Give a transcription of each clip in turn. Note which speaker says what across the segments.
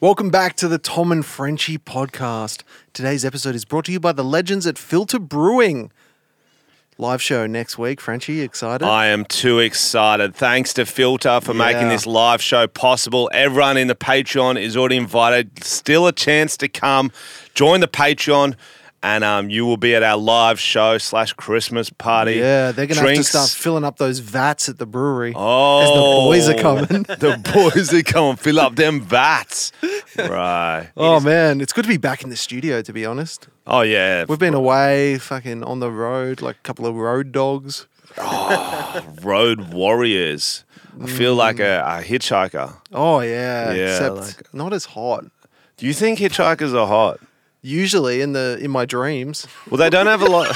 Speaker 1: Welcome back to the Tom and Frenchie podcast. Today's episode is brought to you by the legends at Filter Brewing. Live show next week. Frenchie, excited?
Speaker 2: I am too excited. Thanks to Filter for making
Speaker 1: Yeah.
Speaker 2: this live show possible. Everyone in the Patreon is already invited. Still a chance to come. Join the Patreon. And um, you will be at our live show slash Christmas party.
Speaker 1: yeah, they're going to have to
Speaker 2: Drinks.
Speaker 1: start filling up those vats at the brewery
Speaker 2: Oh,
Speaker 1: as the boys are coming.
Speaker 2: the boys are coming. Fill up them vats, right?
Speaker 1: oh, man. It's good to be back in the studio, to be honest.
Speaker 2: Oh yeah,
Speaker 1: We've been away, fucking on the road, like a couple of road dogs.
Speaker 2: road warriors. I feel like
Speaker 1: Mm.
Speaker 2: a, a hitchhiker.
Speaker 1: Oh, yeah.
Speaker 2: Yeah,
Speaker 1: except
Speaker 2: like-
Speaker 1: not as hot.
Speaker 2: Do you think hitchhikers are hot?
Speaker 1: Usually in the in my dreams.
Speaker 2: Well, they don't have a lot.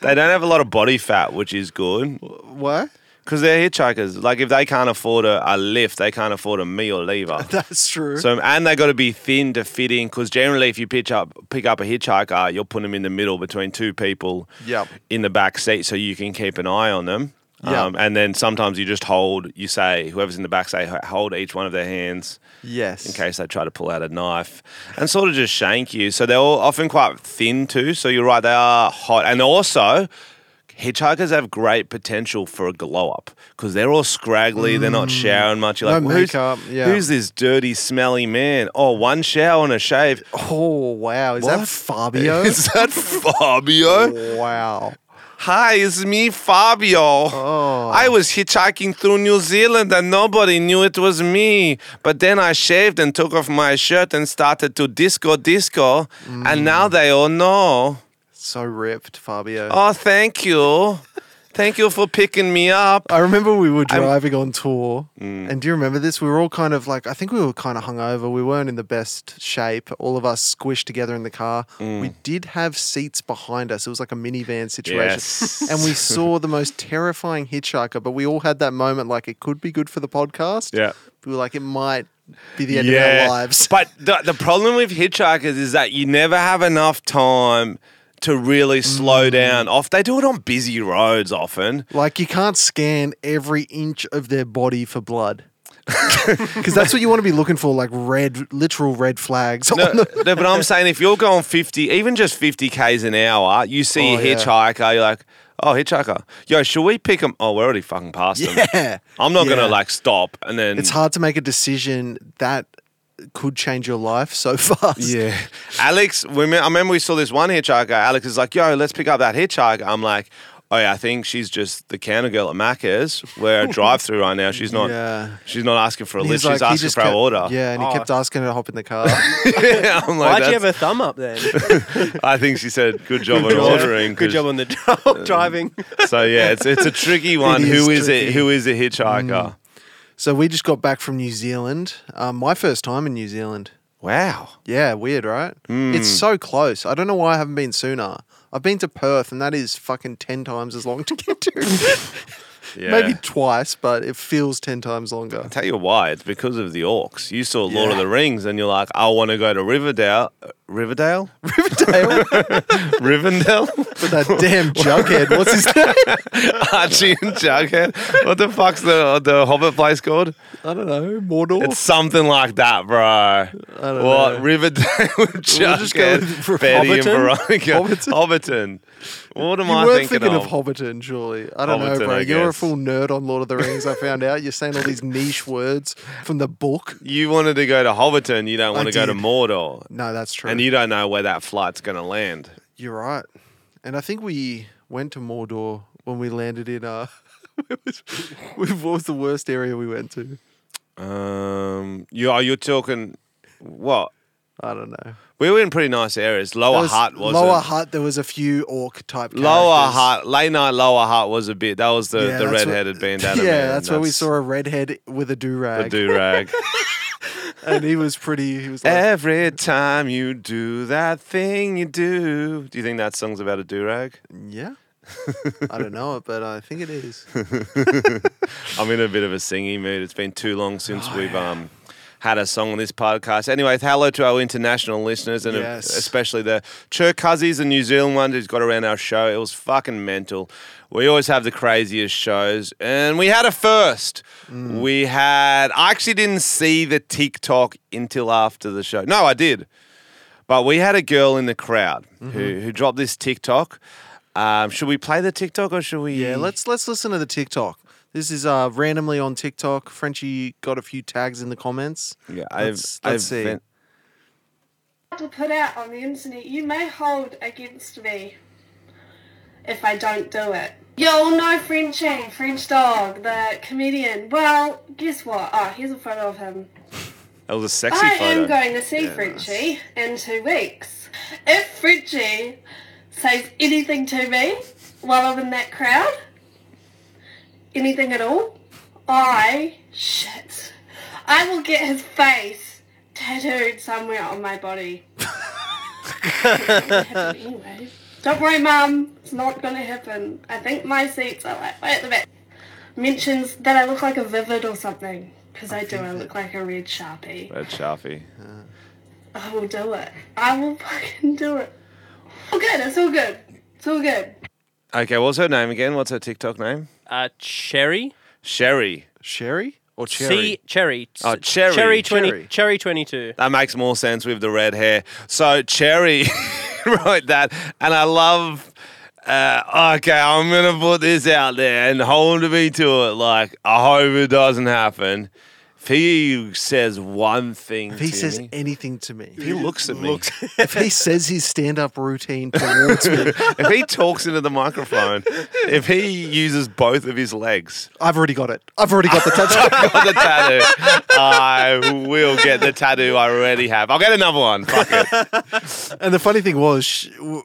Speaker 2: they don't have a lot of body fat, which is good
Speaker 1: What?
Speaker 2: because they're hitchhikers. Like if they can't afford a, a lift, they can't afford a me or lever.
Speaker 1: That's true.
Speaker 2: So and they got to be thin to fit in because generally, if you pitch up, pick up a hitchhiker, you'll put them in the middle between two people.
Speaker 1: Yep.
Speaker 2: In the back seat, so you can keep an eye on them.
Speaker 1: Yep.
Speaker 2: Um, and then sometimes you just hold. You say whoever's in the back say "H- hold each one of their hands
Speaker 1: yes.
Speaker 2: in case they try to pull out a knife and sort of just shank you. So they're all often quite thin too. So you're right, they are hot. And also, hitchhikers have great potential for a glow up because they're all scraggly, they're not showering much. You're
Speaker 1: Mm. No
Speaker 2: like, "Well, who's,
Speaker 1: makeup, yeah.
Speaker 2: who's this dirty, smelly man? Oh, one shower and a shave.
Speaker 1: Oh wow! Is that
Speaker 2: What?
Speaker 1: Fabio?
Speaker 2: Is that Fabio?
Speaker 1: wow.
Speaker 2: Hi, it's me, Fabio.
Speaker 1: Oh.
Speaker 2: I was hitchhiking through New Zealand and nobody knew it was me. But then I shaved and took off my shirt and started to disco disco. And now they all know.
Speaker 1: So ripped, Fabio.
Speaker 2: Oh, thank you. thank you for picking me up.
Speaker 1: I remember we were driving on tour, and do you remember this? We were all kind of like, I think we were kind of hungover. We weren't in the best shape. All of us squished together in the car. We did have seats behind us. It was like a minivan situation.
Speaker 2: Yes.
Speaker 1: And we saw the most terrifying hitchhiker, but we all had that moment like, it could be good for the podcast.
Speaker 2: Yeah.
Speaker 1: We were like, it might be the end of our lives.
Speaker 2: But the, the problem with hitchhikers is that you never have enough time to really slow
Speaker 1: Mm.
Speaker 2: down. Off they do it on busy roads often.
Speaker 1: Like you can't scan every inch of their body for blood. Because that's what you want to be looking for, like red, literal red flags.
Speaker 2: No,
Speaker 1: on the-
Speaker 2: no, but I'm saying if you're going 50, even just 50 k's an hour, you see
Speaker 1: Oh,
Speaker 2: a
Speaker 1: yeah.
Speaker 2: hitchhiker, you're like, oh, hitchhiker. Yo, should we pick him? Oh, we're already fucking past him.
Speaker 1: yeah.
Speaker 2: I'm not
Speaker 1: Yeah.
Speaker 2: going to like stop and then.
Speaker 1: It's hard to make a decision that could change your life so fast.
Speaker 2: Yeah. Alex, we, me- I remember we saw this one hitchhiker. Alex is like, yo, let's pick up that hitchhiker. I'm like, oh, yeah, I think she's just the counter girl at Macca's. We're at drive through right now. She's not
Speaker 1: Yeah.
Speaker 2: She's not asking for a
Speaker 1: And he's
Speaker 2: lift.
Speaker 1: like-
Speaker 2: she's
Speaker 1: he
Speaker 2: asking
Speaker 1: just
Speaker 2: for
Speaker 1: kept-
Speaker 2: our order.
Speaker 1: Yeah, and he
Speaker 3: Oh.
Speaker 1: kept asking her to hop in the car.
Speaker 2: I'm like,
Speaker 3: Why'd you have
Speaker 2: "That's-
Speaker 3: a thumb up then?
Speaker 2: I think she said, good job on ordering.
Speaker 3: Good
Speaker 2: 'cause-
Speaker 3: job on the dri- driving.
Speaker 2: So yeah, it's it's a tricky one.
Speaker 1: is
Speaker 2: Who is
Speaker 1: tricky. Mm.
Speaker 2: it? Who is a hitchhiker?
Speaker 1: so we just got back from New Zealand. Um, my first time in New Zealand.
Speaker 2: Wow.
Speaker 1: Yeah, weird, right?
Speaker 2: Hmm.
Speaker 1: It's so close. I don't know why I haven't been sooner. I've been to Perth, and that is fucking 10 times as long to get to.
Speaker 2: Yeah.
Speaker 1: Maybe twice, but it feels 10 times longer.
Speaker 2: Tell you why, it's because of the orcs. You saw Lord of the Rings and you're like, I want to go to Riverdale. Riverdale?
Speaker 1: Riverdale,
Speaker 2: Rivendell?
Speaker 1: with that damn jughead. What's his name?
Speaker 2: Archie and Jughead? What the fuck's the, the Hobbit place called?
Speaker 1: I don't know. Mordor?
Speaker 2: It's something like that, bro. I
Speaker 1: don't
Speaker 2: what?
Speaker 1: know.
Speaker 2: Riverdale with
Speaker 1: We'll just go
Speaker 2: Jughead,
Speaker 1: with Re-
Speaker 2: Betty
Speaker 1: Hobbiton?
Speaker 2: and Veronica. Hobbiton. What am
Speaker 1: you
Speaker 2: I
Speaker 1: weren't
Speaker 2: thinking,
Speaker 1: thinking of
Speaker 2: of?
Speaker 1: Hobbiton, surely. I don't know,
Speaker 2: Hobbiton,
Speaker 1: bro.
Speaker 2: I
Speaker 1: You're a
Speaker 2: guess.
Speaker 1: full nerd on Lord of the Rings, I found out. You're saying all these niche words from the book.
Speaker 2: you wanted to go to Hobbiton. You don't want to go to
Speaker 1: did.
Speaker 2: Mordor.
Speaker 1: No, that's true.
Speaker 2: And you don't know where that flight's going to land.
Speaker 1: You're right. And I think we went to Mordor when we landed in uh where was- what was the worst area we went to?
Speaker 2: Um, you are you talking what?
Speaker 1: I don't know.
Speaker 2: We were in pretty nice areas. Lower
Speaker 1: There was
Speaker 2: Hutt was
Speaker 1: Lower
Speaker 2: it?
Speaker 1: Hut, there was a few orc type
Speaker 2: Lower
Speaker 1: characters.
Speaker 2: Hutt, late night Lower Hutt was a bit. That was the
Speaker 1: Yeah,
Speaker 2: the
Speaker 1: that's
Speaker 2: red
Speaker 1: what-
Speaker 2: headed
Speaker 1: Yeah,
Speaker 2: bandana.
Speaker 1: that's,
Speaker 2: man.
Speaker 1: where we saw a redhead with a do
Speaker 2: the
Speaker 1: rag.
Speaker 2: do Eh. rag.
Speaker 1: And he was pretty he was like
Speaker 2: Every time you do that thing you do, do you think that song's about a do rag?
Speaker 1: Yeah. I don't know it, but I think it is. Oh,
Speaker 2: I'm in a bit of a singing mood. It's been too long since we've um had a song on this podcast. Anyway, hello to our international listeners and
Speaker 1: Yes.
Speaker 2: especially the Chirkuzzies and New Zealand ones who's got around our show. It was fucking mental. We always have the craziest shows. And we had a first.
Speaker 1: Mm.
Speaker 2: We had, I actually didn't see the TikTok until after the show. No, I did. But we had a girl in the crowd
Speaker 1: Mm-hmm.
Speaker 2: who, who dropped this TikTok. Um, should we play the TikTok or should we?
Speaker 1: Yeah, let's let's listen to the TikTok. This is uh, randomly on TikTok. Frenchie got a few tags in the comments.
Speaker 2: Yeah, I've,
Speaker 1: let's,
Speaker 2: I've
Speaker 1: let's see.
Speaker 2: been-
Speaker 4: to put out on the internet you may hold against me if I don't do it. Y'all know Frenchie, French dog, the comedian. Well, guess what? Oh, here's a photo of him.
Speaker 2: That was a Oh, sexy
Speaker 4: I
Speaker 2: photo.
Speaker 4: am going to see Frenchie in two weeks. If Frenchie says anything to me while I'm in that crowd, anything at all, I shit. I will get his face tattooed somewhere on my body. anyway. Don't worry, Mum. It's not going to happen. I think my seats are like way at the back. Mentions that I look like a vivid or something. Because I, do. I look like a red sharpie.
Speaker 2: Red Sharpie.
Speaker 4: I will do it. I will fucking do it. All good. It's all good. It's all good.
Speaker 2: Okay, what's her name again? What's her TikTok name?
Speaker 5: Uh, cherry.
Speaker 2: Sherry.
Speaker 1: Sherry or Cherry?
Speaker 5: C cherry.
Speaker 2: Oh, Cherry.
Speaker 5: Cherry twenty.
Speaker 1: Cherry.
Speaker 5: Cherry, twenty-two.
Speaker 2: That makes more sense with the red hair. So Cherry wrote that, and I love. Uh, okay, I'm gonna put this out there and hold me to it. Like I hope it doesn't happen. If he says one thing,
Speaker 1: If he
Speaker 2: to
Speaker 1: says
Speaker 2: me,
Speaker 1: anything to me,
Speaker 2: if he looks at me.
Speaker 1: if he says his stand-up routine towards me,
Speaker 2: if he talks into the microphone, if he uses both of his legs,
Speaker 1: I've already got it. I've already got the tattoo.
Speaker 2: got the tattoo. I will get the tattoo I already have. I'll get another one. Fuck it.
Speaker 1: and the funny thing was, she, w-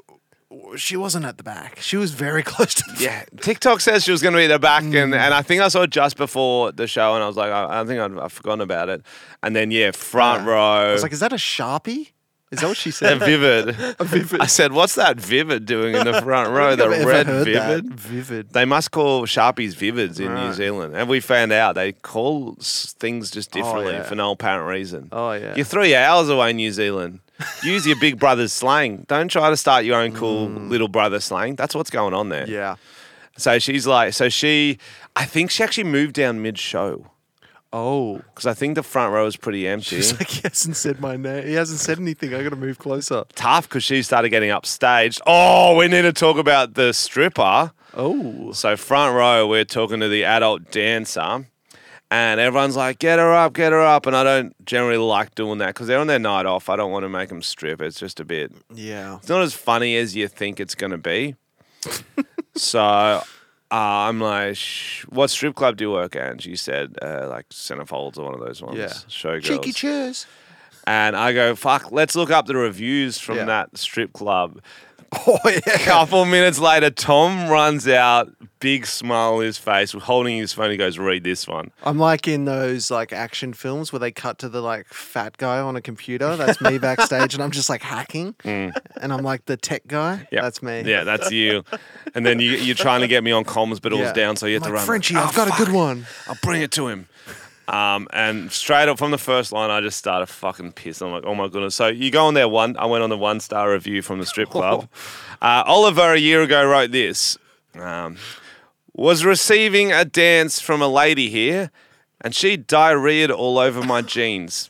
Speaker 1: w- she wasn't at the back. She was very close to the
Speaker 2: Yeah. TikTok says she was going to be at the back, and, and I think I saw it just before the show, and I was like, I, I think I'd, I've forgotten about it. And then, yeah, front
Speaker 1: Yeah.
Speaker 2: row.
Speaker 1: I was like, is that a sharpie? Is that what she
Speaker 2: and
Speaker 1: said?
Speaker 2: vivid. I said, "What's that vivid doing in the front row? the
Speaker 1: I've ever
Speaker 2: red
Speaker 1: heard that.
Speaker 2: vivid?
Speaker 1: Vivid.
Speaker 2: They must call sharpies vivids in New
Speaker 1: Right.
Speaker 2: Zealand, and we found out they call s- things just differently
Speaker 1: Oh, yeah.
Speaker 2: for no apparent reason.
Speaker 1: Oh, yeah.
Speaker 2: you're three hours away, New Zealand. Use your big brother's slang. Don't try to start your own cool little brother slang. That's what's going on there.
Speaker 1: Mm. Yeah.
Speaker 2: So she's like, so she, I think she actually moved down mid-show
Speaker 1: Oh.
Speaker 2: because I think the front row was pretty empty.
Speaker 1: She's like, he hasn't said my name. He hasn't said anything. I got to move closer.
Speaker 2: Tough because she started getting upstaged. Oh, we need to talk about the stripper.
Speaker 1: Oh.
Speaker 2: So front row, we're talking to the adult dancer, and everyone's like, "Get her up, get her up." And I don't generally like doing that because they're on their night off. I don't want to make them strip. It's just a bit.
Speaker 1: Yeah.
Speaker 2: It's not as funny as you think it's gonna be. so uh, I'm like, Shh, "What strip club do you work at?" And she said, uh, "Like Centerfolds or one of those ones."
Speaker 1: Yeah.
Speaker 2: Showgirls.
Speaker 1: Cheeky cheers.
Speaker 2: and I go, "Fuck, let's look up the reviews from
Speaker 1: Yeah.
Speaker 2: that strip club."
Speaker 1: Oh, yeah.
Speaker 2: couple minutes later, Tom runs out, big smile on his face, holding his phone. He goes, "Read this one."
Speaker 1: I'm like in those like action films where they cut to the like fat guy on a computer. That's me backstage, and I'm just like hacking, and I'm like the tech guy.
Speaker 2: Yeah.
Speaker 1: That's me.
Speaker 2: Yeah, that's you. And then you, you're trying to get me on comms, but it was
Speaker 1: Yeah.
Speaker 2: down, so you
Speaker 1: I'm
Speaker 2: have to
Speaker 1: like,
Speaker 2: run.
Speaker 1: Frenchie,
Speaker 2: Oh,
Speaker 1: I've got a
Speaker 2: fuck.
Speaker 1: good one.
Speaker 2: I'll bring it to him. Um, and straight up from the first line, I just started fucking pissing. I'm like, oh my goodness. So you go on there one. I went on the one star review from the strip club. Uh, Oliver a year ago wrote this. Um, was receiving a dance from a lady here, and she diarrheaed all over my jeans.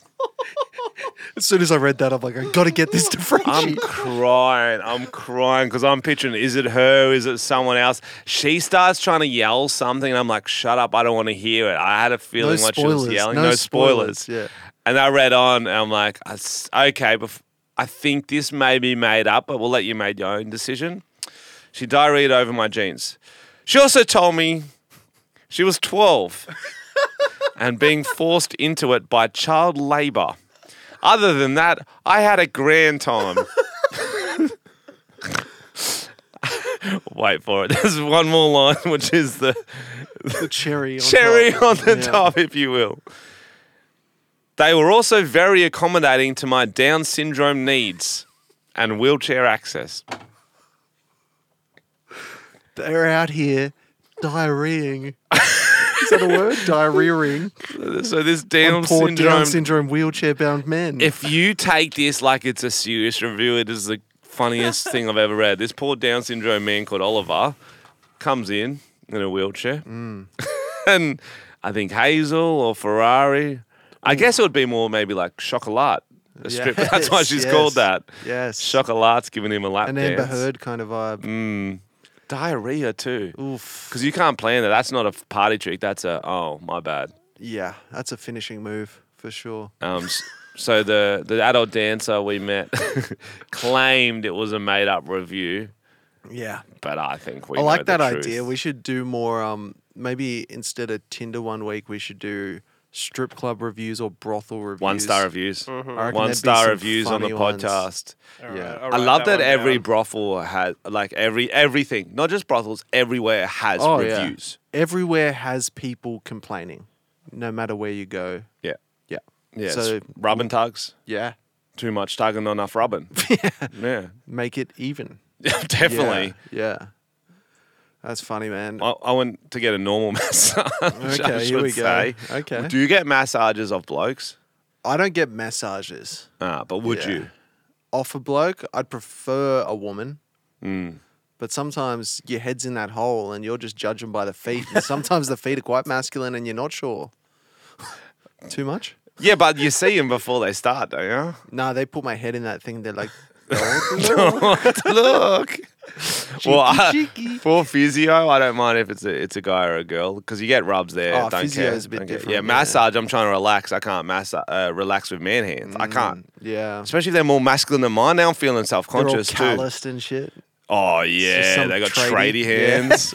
Speaker 1: As soon as I read that, I'm like, I got to get this to Frenchie.
Speaker 2: I'm crying. I'm crying because I'm picturing is it her? Is it someone else? She starts trying to yell something, and I'm like, shut up. I don't want to hear it. I had a feeling what she was
Speaker 1: spoilers,
Speaker 2: yelling. No,
Speaker 1: no
Speaker 2: spoilers.
Speaker 1: spoilers,
Speaker 2: And I read on, and I'm like, I s- okay, bef- I think this may be made up, but we'll let you make your own decision. She diarrheaed over my jeans. She also told me she was 12 and being forced into it by child labor. Other than that, I had a grand time. Wait for it. There's one more line, which is the
Speaker 1: the cherry. On
Speaker 2: cherry
Speaker 1: top.
Speaker 2: on the
Speaker 1: Yeah.
Speaker 2: top, if you will. They were also very accommodating to my Down syndrome needs and wheelchair access.
Speaker 1: They're out here diarrheaing Is that a word? Diarrheaing.
Speaker 2: So this Down
Speaker 1: on poor
Speaker 2: syndrome.
Speaker 1: Down syndrome wheelchair bound men.
Speaker 2: if you take this like it's a serious review, it is the funniest thing I've ever read. This poor Down syndrome man called Oliver comes in in a wheelchair,
Speaker 1: Mm.
Speaker 2: and I think Hazel or Ferrari. I guess it would be more maybe like Chocolat. A strip. That's
Speaker 1: Mm.
Speaker 2: why
Speaker 1: Yes,
Speaker 2: she's
Speaker 1: yes,
Speaker 2: called that.
Speaker 1: yes.
Speaker 2: Chocolat's giving him a lap
Speaker 1: an
Speaker 2: dance.
Speaker 1: Amber Heard kind of vibe.
Speaker 2: Diarrhea too.
Speaker 1: Oof.
Speaker 2: Because you can't plan that. That's not a party trick. That's a oh my bad.
Speaker 1: Yeah, that's a finishing move for sure.
Speaker 2: Um, s- so the the adult dancer we met claimed it was a made up review,
Speaker 1: Yeah.
Speaker 2: but I think we
Speaker 1: I
Speaker 2: know
Speaker 1: like
Speaker 2: the
Speaker 1: that idea.
Speaker 2: truth.
Speaker 1: We should do more. Um, maybe instead of Tinder one week, we should do strip club reviews or brothel reviews.
Speaker 2: one star reviews,
Speaker 1: I reckon
Speaker 2: one
Speaker 1: there'd be
Speaker 2: star
Speaker 1: some
Speaker 2: reviews on the
Speaker 1: funny ones.
Speaker 2: podcast.
Speaker 1: Yeah.
Speaker 2: I love that, every brothel has like every everything, not just brothels, everywhere has
Speaker 1: Oh, yeah.
Speaker 2: reviews.
Speaker 1: Everywhere has people complaining, no matter where you go.
Speaker 2: Yeah,
Speaker 1: Yeah.
Speaker 2: yeah.
Speaker 1: So-
Speaker 2: So rubbing tugs,
Speaker 1: Yeah.
Speaker 2: too much tugging, not enough rubbing. yeah,
Speaker 1: Make it even.
Speaker 2: definitely.
Speaker 1: Yeah. yeah. That's funny, man.
Speaker 2: I, I went to get a normal massage. I
Speaker 1: Okay,
Speaker 2: should
Speaker 1: here we go.
Speaker 2: say.
Speaker 1: Okay.
Speaker 2: Do you get massages of blokes?
Speaker 1: I don't get massages.
Speaker 2: Ah, but would
Speaker 1: Yeah.
Speaker 2: you?
Speaker 1: Off a bloke, I'd prefer a woman. But sometimes your head's in that hole and you're just judging by the feet. And sometimes the feet are quite masculine and you're not sure. Too much?
Speaker 2: Yeah, but you see them before they start, don't you?
Speaker 1: Nah, they put my head in that thing. They're like,
Speaker 2: Look. well, I-
Speaker 1: cheeky.
Speaker 2: for physio, I don't mind if it's a it's a guy or a girl because you get rubs there.
Speaker 1: Oh,
Speaker 2: don't
Speaker 1: physio
Speaker 2: care.
Speaker 1: is a bit
Speaker 2: Don't care.
Speaker 1: different,
Speaker 2: Yeah,
Speaker 1: yeah.
Speaker 2: massage. I'm trying to relax. I can't massa- uh, relax with man hands. I can't,
Speaker 1: yeah.
Speaker 2: especially if they're more masculine than mine. Now I'm feeling self
Speaker 1: Mm. They're all
Speaker 2: conscious too.
Speaker 1: calloused and shit.
Speaker 2: Oh
Speaker 1: just
Speaker 2: yeah,
Speaker 1: some
Speaker 2: they got
Speaker 1: tradie-
Speaker 2: tradie hands,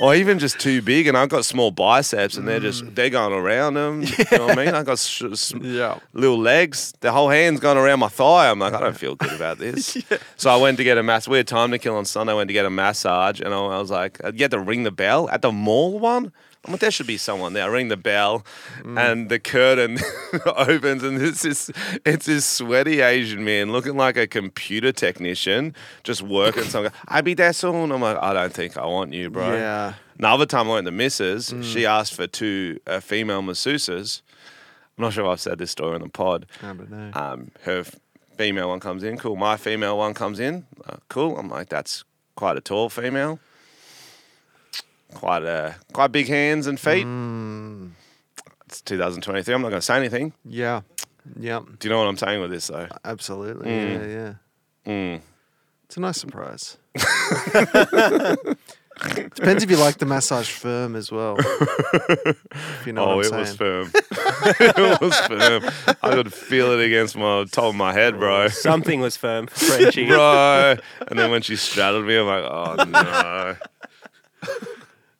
Speaker 2: or even just too big, and I've got small biceps, and they're
Speaker 1: Mm.
Speaker 2: just they're going around them. You know what I mean? I got sh- s-
Speaker 1: Yeah.
Speaker 2: little legs. The whole hand's gone around my thigh. I'm like, I don't feel good about this. So I went to get a mass. We had time to kill on Sunday. I went to get a massage, and I I was like, you had to ring the bell at the mall one. I'm like, there should be someone there. I ring the bell, and the curtain opens, and this is it's this sweaty Asian man looking like a computer technician, just working. so I'm like, I'll be there soon. I'm like, I don't think I want you, bro.
Speaker 1: Yeah.
Speaker 2: Another time I went to Mrs.
Speaker 1: Mm.
Speaker 2: She asked for two uh, female masseuses. I'm not sure if I've said this story on the pod.
Speaker 1: I don't know.
Speaker 2: Um, her f- female one comes in, cool. My female one comes in, uh, cool. I'm like, that's quite a tall female, quite a quite big hands and feet.
Speaker 1: Mm.
Speaker 2: It's 2023. I'm not going to say anything.
Speaker 1: Yeah. Yeah.
Speaker 2: Do you know what I'm saying with this though?
Speaker 1: Absolutely.
Speaker 2: Mm.
Speaker 1: Yeah. Yeah. It's a nice surprise. Depends if you like the massage firm as well. If you know
Speaker 2: oh,
Speaker 1: what
Speaker 2: it
Speaker 1: I'm saying.
Speaker 2: was firm. it was firm. I could feel it against my top of my head, bro.
Speaker 5: Something was firm, Frenchie.
Speaker 2: bro. And then when she straddled me, I'm like, oh no.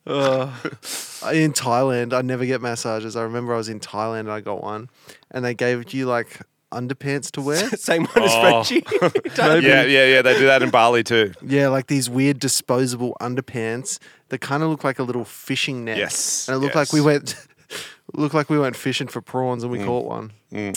Speaker 1: Uh, in Thailand, I never get massages. I remember I was in Thailand and I got one, and they gave you like underpants to wear.
Speaker 5: Same one as
Speaker 2: Oh.
Speaker 5: Frenchie. Don't-
Speaker 2: Yeah, yeah, yeah. They do that in Bali too.
Speaker 1: yeah, like these weird disposable underpants that kind of look like a little fishing net.
Speaker 2: Yes,
Speaker 1: and it looked like we
Speaker 2: yes. Mm.
Speaker 1: went, looked like we went fishing for prawns and we caught one.
Speaker 2: I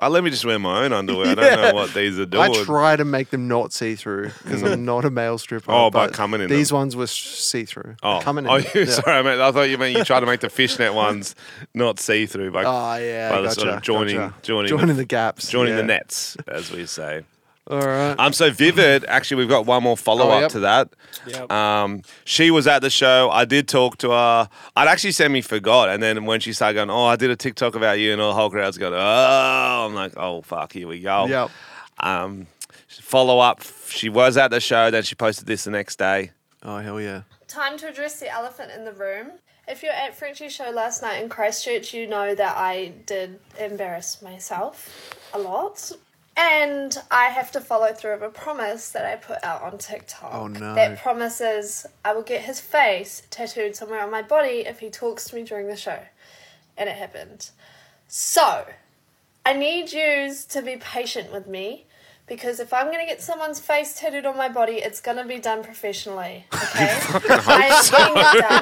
Speaker 2: Uh, let me just wear my own underwear. I don't know what these are doing.
Speaker 1: I try to make them not see through because I'm not a male stripper.
Speaker 2: Mm. Oh, by coming in
Speaker 1: These
Speaker 2: them.
Speaker 1: ones were see through.
Speaker 2: Oh,
Speaker 1: coming in.
Speaker 2: oh, you,
Speaker 1: Yeah.
Speaker 2: sorry, mate. I thought you meant you tried to make the fishnet ones not see through by,
Speaker 1: Oh yeah,
Speaker 2: by the
Speaker 1: gotcha,
Speaker 2: sort of joining,
Speaker 1: gotcha.
Speaker 2: joining,
Speaker 1: joining
Speaker 2: the,
Speaker 1: the gaps,
Speaker 2: joining the
Speaker 1: yeah.
Speaker 2: nets, as we say.
Speaker 1: All right.
Speaker 2: Um, so Vivid, actually, we've got one more follow up
Speaker 1: Oh, yep.
Speaker 2: to that.
Speaker 5: Yep.
Speaker 2: Um, she was at the show. I did talk to her. I'd actually sent me forgot, and then when she started going, "Oh, I did a TikTok about you," and all the whole crowd's going, "Oh," I'm like, "Oh fuck, here we go."
Speaker 1: Yep.
Speaker 2: Um, follow up. She was at the show. Then she posted this the next day.
Speaker 1: Oh hell yeah.
Speaker 6: Time to address the elephant in the room. If you're at Frenchie's show last night in Christchurch, you know that I did embarrass myself a lot. And I have to follow through of a promise that I put out on TikTok.
Speaker 1: Oh, no.
Speaker 6: That promise is I will get his face tattooed somewhere on my body if he talks to me during the show. And it happened. So, I need yous to be patient with me because if I'm gonna get someone's face tattooed on my body, it's gonna be done professionally. Okay? I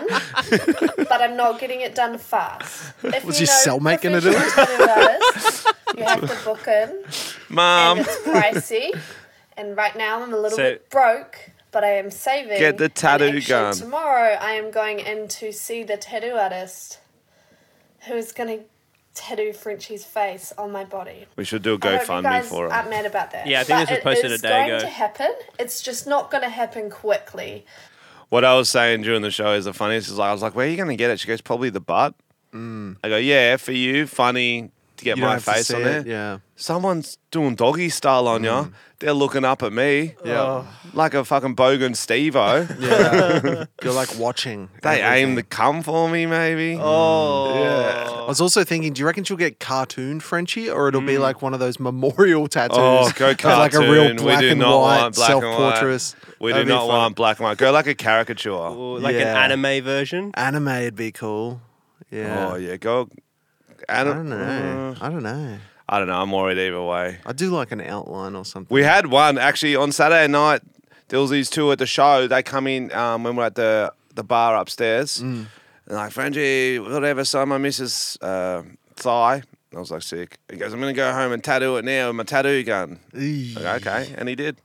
Speaker 6: am getting it done, but I'm not getting it done fast. If
Speaker 1: Was
Speaker 6: you
Speaker 1: your
Speaker 6: know
Speaker 1: cellmate gonna do it?
Speaker 6: professional tattoos, You have to book in, and
Speaker 2: Mom,
Speaker 6: it's pricey. And right now I'm a little
Speaker 5: So-
Speaker 6: bit broke, but I am saving.
Speaker 2: Get the
Speaker 6: an
Speaker 2: tattoo
Speaker 6: action.
Speaker 2: gun.
Speaker 6: Tomorrow I am going in to see the tattoo artist who is going to tattoo Frenchie's face on my body.
Speaker 2: We should do a
Speaker 6: I hope you
Speaker 2: GoFundMe
Speaker 6: guys um,
Speaker 2: for
Speaker 6: aren't
Speaker 2: him.
Speaker 6: mad about that.
Speaker 5: Yeah, I think
Speaker 6: But
Speaker 5: this was
Speaker 6: it
Speaker 5: posted a
Speaker 6: is
Speaker 5: day
Speaker 6: going
Speaker 5: ago.
Speaker 6: to happen. It's just not going to happen quickly.
Speaker 2: What I was saying during the show is the funniest is like I was like, "Where are you going to get it?" She goes, "Probably the butt." I go, "Yeah, for you, funny to get
Speaker 1: Mm. You don't
Speaker 2: my
Speaker 1: have to
Speaker 2: face
Speaker 1: see
Speaker 2: on there."
Speaker 1: it, Yeah.
Speaker 2: Someone's doing doggy style on ya. They're looking up at me
Speaker 1: Mm.
Speaker 2: Oh.
Speaker 1: Yeah.
Speaker 2: like a fucking bogan Stevo.
Speaker 1: Yeah. You're like watching.
Speaker 2: They aim
Speaker 1: everything.
Speaker 2: to come for me, maybe.
Speaker 3: Oh.
Speaker 1: I was also thinking, do you reckon she'll get cartoon Frenchie, or it'll be like one of those memorial tattoos?
Speaker 2: Mm. Oh, go
Speaker 1: of, like a
Speaker 2: cartoon.
Speaker 1: real black
Speaker 2: we do
Speaker 1: and
Speaker 2: not
Speaker 1: white
Speaker 2: want black and
Speaker 1: self
Speaker 2: white.
Speaker 1: portrait.
Speaker 2: We do not want black and white. Go like a caricature.
Speaker 5: Or Oh, like
Speaker 1: Yeah.
Speaker 5: an anime version.
Speaker 1: anime. Would be cool. Yeah.
Speaker 2: Oh yeah, go. I
Speaker 1: I
Speaker 2: don't,
Speaker 1: don't know. I don't know.
Speaker 2: I don't know. I'm worried either way.
Speaker 1: I do like an outline or something.
Speaker 2: We had one actually on Saturday night. There was these two at the show. They come in um, when we're at the the bar upstairs. And like Frenchie, whatever, so my missus uh, thigh. I was like sick. He goes, I'm gonna go home and tattoo it now with my tattoo gun.
Speaker 1: Eee.
Speaker 2: Like, okay, and he did.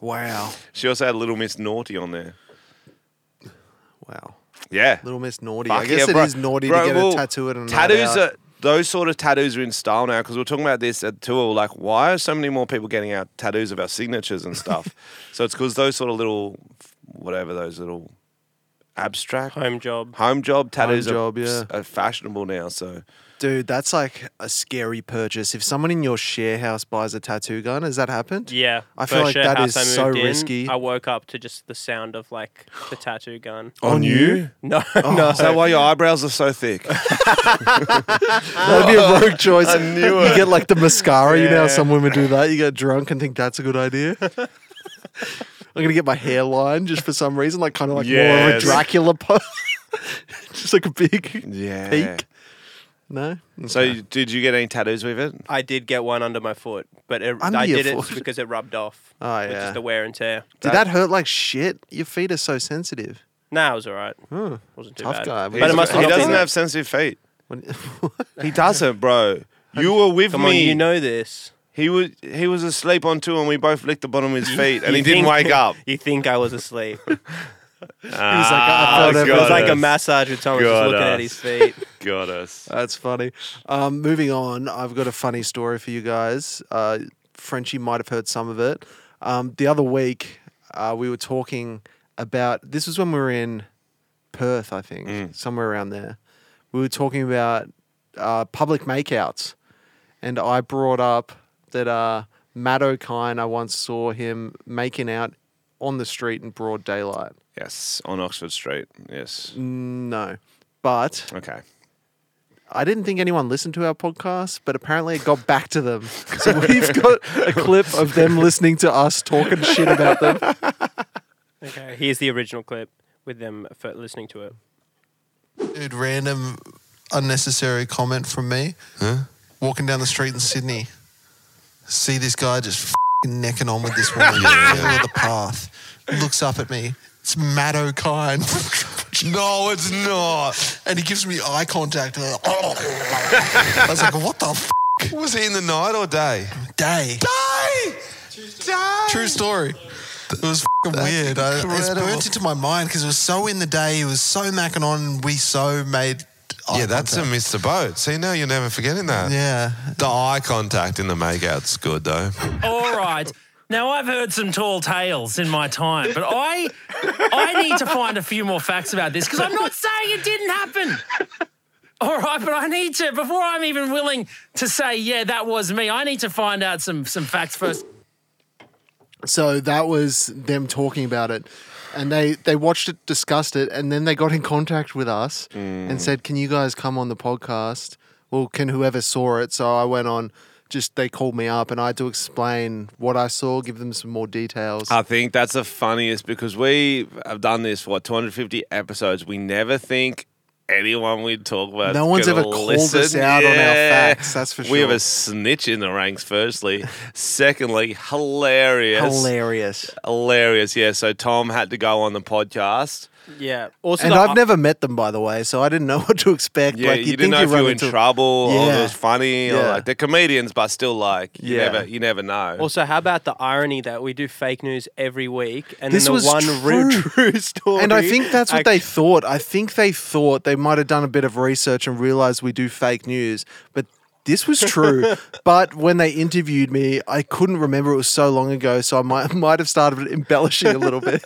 Speaker 1: Wow.
Speaker 2: She also had Little Miss Naughty on there.
Speaker 1: Wow.
Speaker 2: Yeah,
Speaker 1: Little Miss Naughty. I
Speaker 2: Fuck
Speaker 1: guess it
Speaker 2: yeah,
Speaker 1: is
Speaker 2: bro.
Speaker 1: naughty
Speaker 2: Bro,
Speaker 1: to get
Speaker 2: well,
Speaker 1: a tattoo at a night
Speaker 2: Tattoos
Speaker 1: out.
Speaker 2: are those sort of tattoos are in style now because we're talking about this at tour. Like, why are so many more people getting out tattoos of our signatures and stuff? so it's because those sort of little, whatever those little abstract
Speaker 5: Home job.
Speaker 2: home job tattoos
Speaker 1: job,
Speaker 2: are,
Speaker 1: yeah.
Speaker 2: are fashionable now. So
Speaker 1: Dude, that's like a scary purchase. If someone in your share house buys a tattoo gun, has that happened?
Speaker 5: Yeah.
Speaker 1: I feel like
Speaker 5: First
Speaker 1: that
Speaker 5: house
Speaker 1: is
Speaker 5: I
Speaker 1: so
Speaker 5: moved in,
Speaker 1: risky.
Speaker 5: I woke up to just the sound of like the tattoo gun.
Speaker 1: On you?
Speaker 5: No,
Speaker 1: Oh.
Speaker 5: no.
Speaker 2: is that why your
Speaker 5: Uh,
Speaker 2: eyebrows are so thick?
Speaker 1: That'd be a rogue choice. I knew it. You get like the mascara. You know how some women do that. You get drunk and think that's a good idea. I'm gonna get my hairline just for some reason, like kind of like more of a
Speaker 2: Yes.
Speaker 1: Dracula pose, just like a big
Speaker 2: yeah.
Speaker 1: peak. No,
Speaker 2: So you- did you get any tattoos with it?
Speaker 5: I did get one under my foot, but it,
Speaker 1: Under
Speaker 5: I
Speaker 1: your
Speaker 5: did it
Speaker 1: foot?
Speaker 5: because it rubbed off.
Speaker 1: Oh,
Speaker 5: It's
Speaker 1: yeah.
Speaker 5: Just the wear and tear.
Speaker 1: did that hurt like shit? Your feet are so sensitive.
Speaker 5: Nah, it was all right.
Speaker 7: Hmm.
Speaker 5: Wasn't too
Speaker 1: tough
Speaker 5: bad.
Speaker 1: guy.
Speaker 5: But
Speaker 1: He's
Speaker 5: it must
Speaker 1: a-
Speaker 5: have
Speaker 2: he
Speaker 5: not
Speaker 2: doesn't
Speaker 5: been-
Speaker 2: have sensitive feet.
Speaker 1: When-
Speaker 2: He doesn't, bro. You were with
Speaker 5: Come on,
Speaker 2: me.
Speaker 5: you know this.
Speaker 2: He was he was asleep on tour, and we both licked the bottom of his feet, and
Speaker 5: You
Speaker 2: he didn't
Speaker 5: think-
Speaker 2: wake up.
Speaker 5: You think I was asleep? it
Speaker 1: Ah,
Speaker 2: he was like, I thought
Speaker 5: was like a massage with Thomas just
Speaker 2: Got
Speaker 5: looking at
Speaker 2: us.
Speaker 5: his feet.
Speaker 2: Got us.
Speaker 1: That's funny. Um, moving on, I've got a funny story for you guys. Uh, Frenchie might have heard some of it. Um, the other week, uh, we were talking about this was when we were in Perth, I think, somewhere around there. We were talking about uh, public makeouts, and I brought up that uh, Matt O'Kine, I once saw him making out on the street in broad daylight.
Speaker 2: Yes, on Oxford Street. Yes.
Speaker 1: Mm. No, but
Speaker 2: Okay.
Speaker 1: I didn't think anyone listened to our podcast, but apparently it got back to them. So we've got a clip of them listening to us talking shit about them.
Speaker 5: Okay, here's the original clip with them for listening to it.
Speaker 1: Dude, random unnecessary comment from me. Walking down the street in Sydney, see this guy just fing necking on with this woman in the middle of the path. Looks up at me. It's Matt O'Kine. no, it's not. And he gives me eye contact. And I'm like, "Oh." I was like, what the f-?
Speaker 8: Was he in the night or day?
Speaker 1: day?
Speaker 8: Day! Day!
Speaker 1: True story. It was fing weird. I, it's
Speaker 8: incredible.
Speaker 1: burnt into my mind because it was so in the day. It was so macking on. And we so made. eye
Speaker 8: Yeah, that's a
Speaker 1: contact.
Speaker 8: miss the boat. See, now you're never forgetting that.
Speaker 1: Yeah.
Speaker 8: The eye contact in the makeout's good, though.
Speaker 9: All right. Now I've heard some tall tales in my time, but I I need to find a few more facts about this because I'm not saying it didn't happen. All right, but I need to before I'm even willing to say yeah that was me. I need to find out some some facts first.
Speaker 1: So that was them talking about it. And they, they watched it, discussed it, and then they got in contact with us and said, Can you guys come on the podcast? Well, can whoever saw it? So I went on, just they called me up and I had to explain what I saw, give them some more details.
Speaker 2: I think that's the funniest because we have done this for 250 episodes. We never think anyone we talk about.
Speaker 1: No
Speaker 2: is
Speaker 1: one's
Speaker 2: gonna
Speaker 1: ever called us
Speaker 2: listen.
Speaker 1: out on our facts, that's for
Speaker 2: We have
Speaker 1: sure.
Speaker 2: a snitch in the ranks. Firstly, secondly, hilarious.
Speaker 1: Hilarious.
Speaker 2: Hilarious. Yeah. So Tom had to go on the podcast.
Speaker 10: Yeah. Also,
Speaker 7: and
Speaker 10: the-
Speaker 7: I've never met them, by the way, so I didn't know what to expect.
Speaker 2: Yeah,
Speaker 7: like,
Speaker 2: you,
Speaker 7: you
Speaker 2: didn't
Speaker 7: think
Speaker 2: know
Speaker 7: you
Speaker 2: if you
Speaker 7: run
Speaker 2: were in
Speaker 7: into
Speaker 2: trouble or
Speaker 7: Yeah.
Speaker 2: it was funny or
Speaker 7: Yeah.
Speaker 2: like they're comedians, but still like you
Speaker 7: Yeah.
Speaker 2: never you never know.
Speaker 10: Also, how about the irony that we do fake news every week, and
Speaker 7: This
Speaker 10: then the
Speaker 7: was
Speaker 10: one real
Speaker 7: true.
Speaker 10: true story?
Speaker 7: And I think that's what they
Speaker 10: act-
Speaker 7: thought. I think they thought they might have done a bit of research and realized we do fake news, but this was true. but when they interviewed me, I couldn't remember. It was so long ago, so I might might have started embellishing a little bit.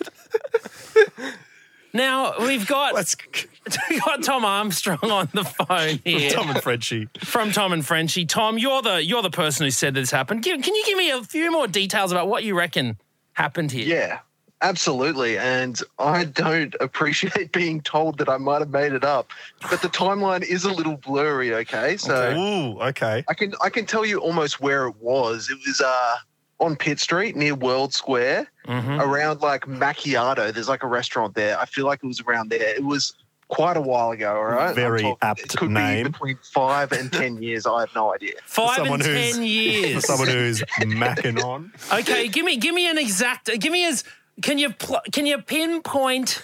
Speaker 9: Now we've got we've got Tom Armstrong on the phone here
Speaker 5: Tom and Frenchie.
Speaker 9: from Tom and Frenchie. Tom, you're the you're the person who said this happened. Give, can you give me a few more details about what you reckon happened here?
Speaker 1: Yeah, absolutely. And I don't appreciate being told that I might have made it up, but the timeline is a little blurry. Okay, so
Speaker 5: Ooh, okay.
Speaker 1: I can I can tell you almost where it was. It was uh on Pitt Street near World Square,
Speaker 9: Mhm.
Speaker 5: Mm-hmm.
Speaker 1: around like Macchiato. There's like a restaurant there. I feel like it was around there. It was quite a while ago. All right, I'm
Speaker 5: Very
Speaker 1: talking-
Speaker 5: apt
Speaker 1: it could
Speaker 5: name.
Speaker 1: Be between five and ten years. I have no idea.
Speaker 9: Five
Speaker 5: Someone
Speaker 9: and
Speaker 5: who's-
Speaker 9: ten
Speaker 5: For
Speaker 9: years.
Speaker 5: someone who's macking on.
Speaker 9: Okay, give me give me an exact. Give me as can you pl- can you pinpoint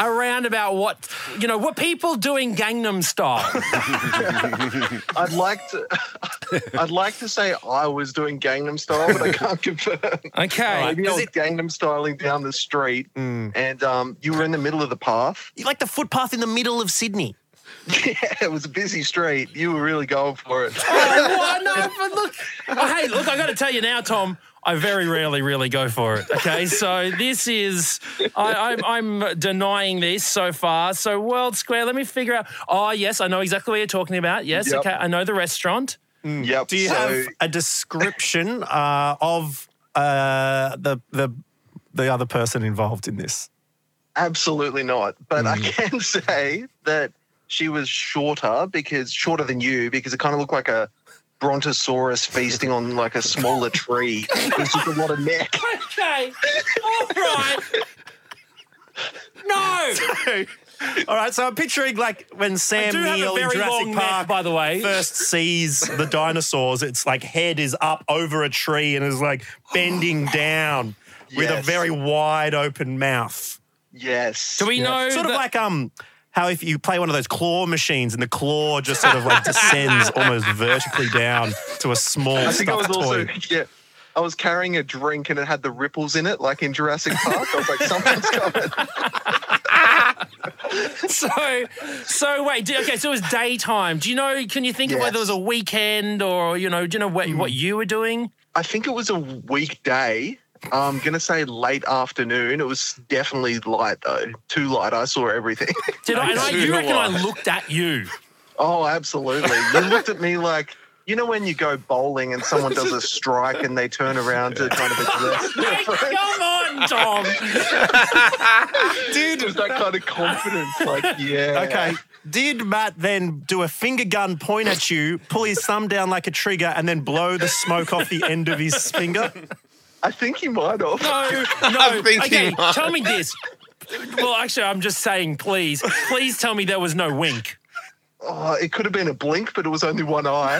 Speaker 9: around about what you know? Were people doing Gangnam Style?
Speaker 1: I'd like to. I'd like to say I was doing Gangnam Style, but I can't confirm.
Speaker 9: Okay,
Speaker 1: Maybe I was Gangnam styling down the street,
Speaker 7: Mm.
Speaker 1: and um, you were in the middle of the path.
Speaker 5: You like the footpath in the middle of Sydney.
Speaker 1: yeah, it was a busy street. You were really going for it.
Speaker 9: Why not? But look, oh, hey, look, I got to tell you now, Tom. I very rarely really go for it. Okay, so this is I, I'm, I'm denying this so far. So World Square, let me figure out. Oh yes, I know exactly what you're talking about. Yes,
Speaker 1: Yep.
Speaker 9: okay, I know the restaurant.
Speaker 1: yep.
Speaker 5: Do you
Speaker 1: so
Speaker 5: have a description uh, of uh, the the the other person involved in this? Hmm.
Speaker 1: absolutely not. But I can say that she was shorter because shorter than you because it kind of looked like a brontosaurus feasting on like a smaller tree. There's just a lot of neck.
Speaker 9: Okay, all right. No,
Speaker 5: All right, so I'm picturing like when
Speaker 9: I
Speaker 5: Sam
Speaker 9: do have
Speaker 5: Neill
Speaker 9: a
Speaker 5: in
Speaker 9: very long
Speaker 5: Jurassic
Speaker 9: neck,
Speaker 5: Park
Speaker 9: by the way.
Speaker 5: first sees the dinosaurs, it's like head is up over a tree and is like bending down with a
Speaker 1: Yes.
Speaker 5: very wide open mouth.
Speaker 1: Yes.
Speaker 9: Do we know
Speaker 5: Sort of
Speaker 9: that-
Speaker 5: like um how if you play one of those claw machines and the claw just sort of like descends almost vertically down to a small
Speaker 1: I think I was
Speaker 5: stuffed
Speaker 1: also
Speaker 5: toy.
Speaker 1: yeah. I was carrying a drink and it had the ripples in it, like in Jurassic Park. I was like, something's coming.
Speaker 9: so? So wait, do, okay. So it was daytime. Do you know? Can you think of whether it was a
Speaker 1: Yes.
Speaker 9: weekend or you know? Do you know what
Speaker 2: Mm.
Speaker 9: what you were doing?
Speaker 1: I think it was a weekday. I'm gonna say late afternoon. It was definitely light though, too light. I saw everything.
Speaker 9: Did I, and I? You
Speaker 2: Sure.
Speaker 9: reckon I looked at you?
Speaker 1: oh, absolutely. You looked at me like you know when you go bowling and someone does a strike and they turn around to kind of address their
Speaker 9: Hey,
Speaker 1: friend?
Speaker 9: come on, Tom.
Speaker 1: Dude, just that kind of confidence. Like, yeah.
Speaker 5: Okay. Did Matt then do a finger gun point at you, pull his thumb down like a trigger, and then blow the smoke off the end of his finger?
Speaker 1: I think you might have.
Speaker 9: No, no.
Speaker 2: I'm thinking
Speaker 9: okay,
Speaker 2: mine.
Speaker 9: tell me this. Well, actually, I'm just saying, please, please tell me there was no wink.
Speaker 1: Oh, it could have been a blink, but it was only one eye.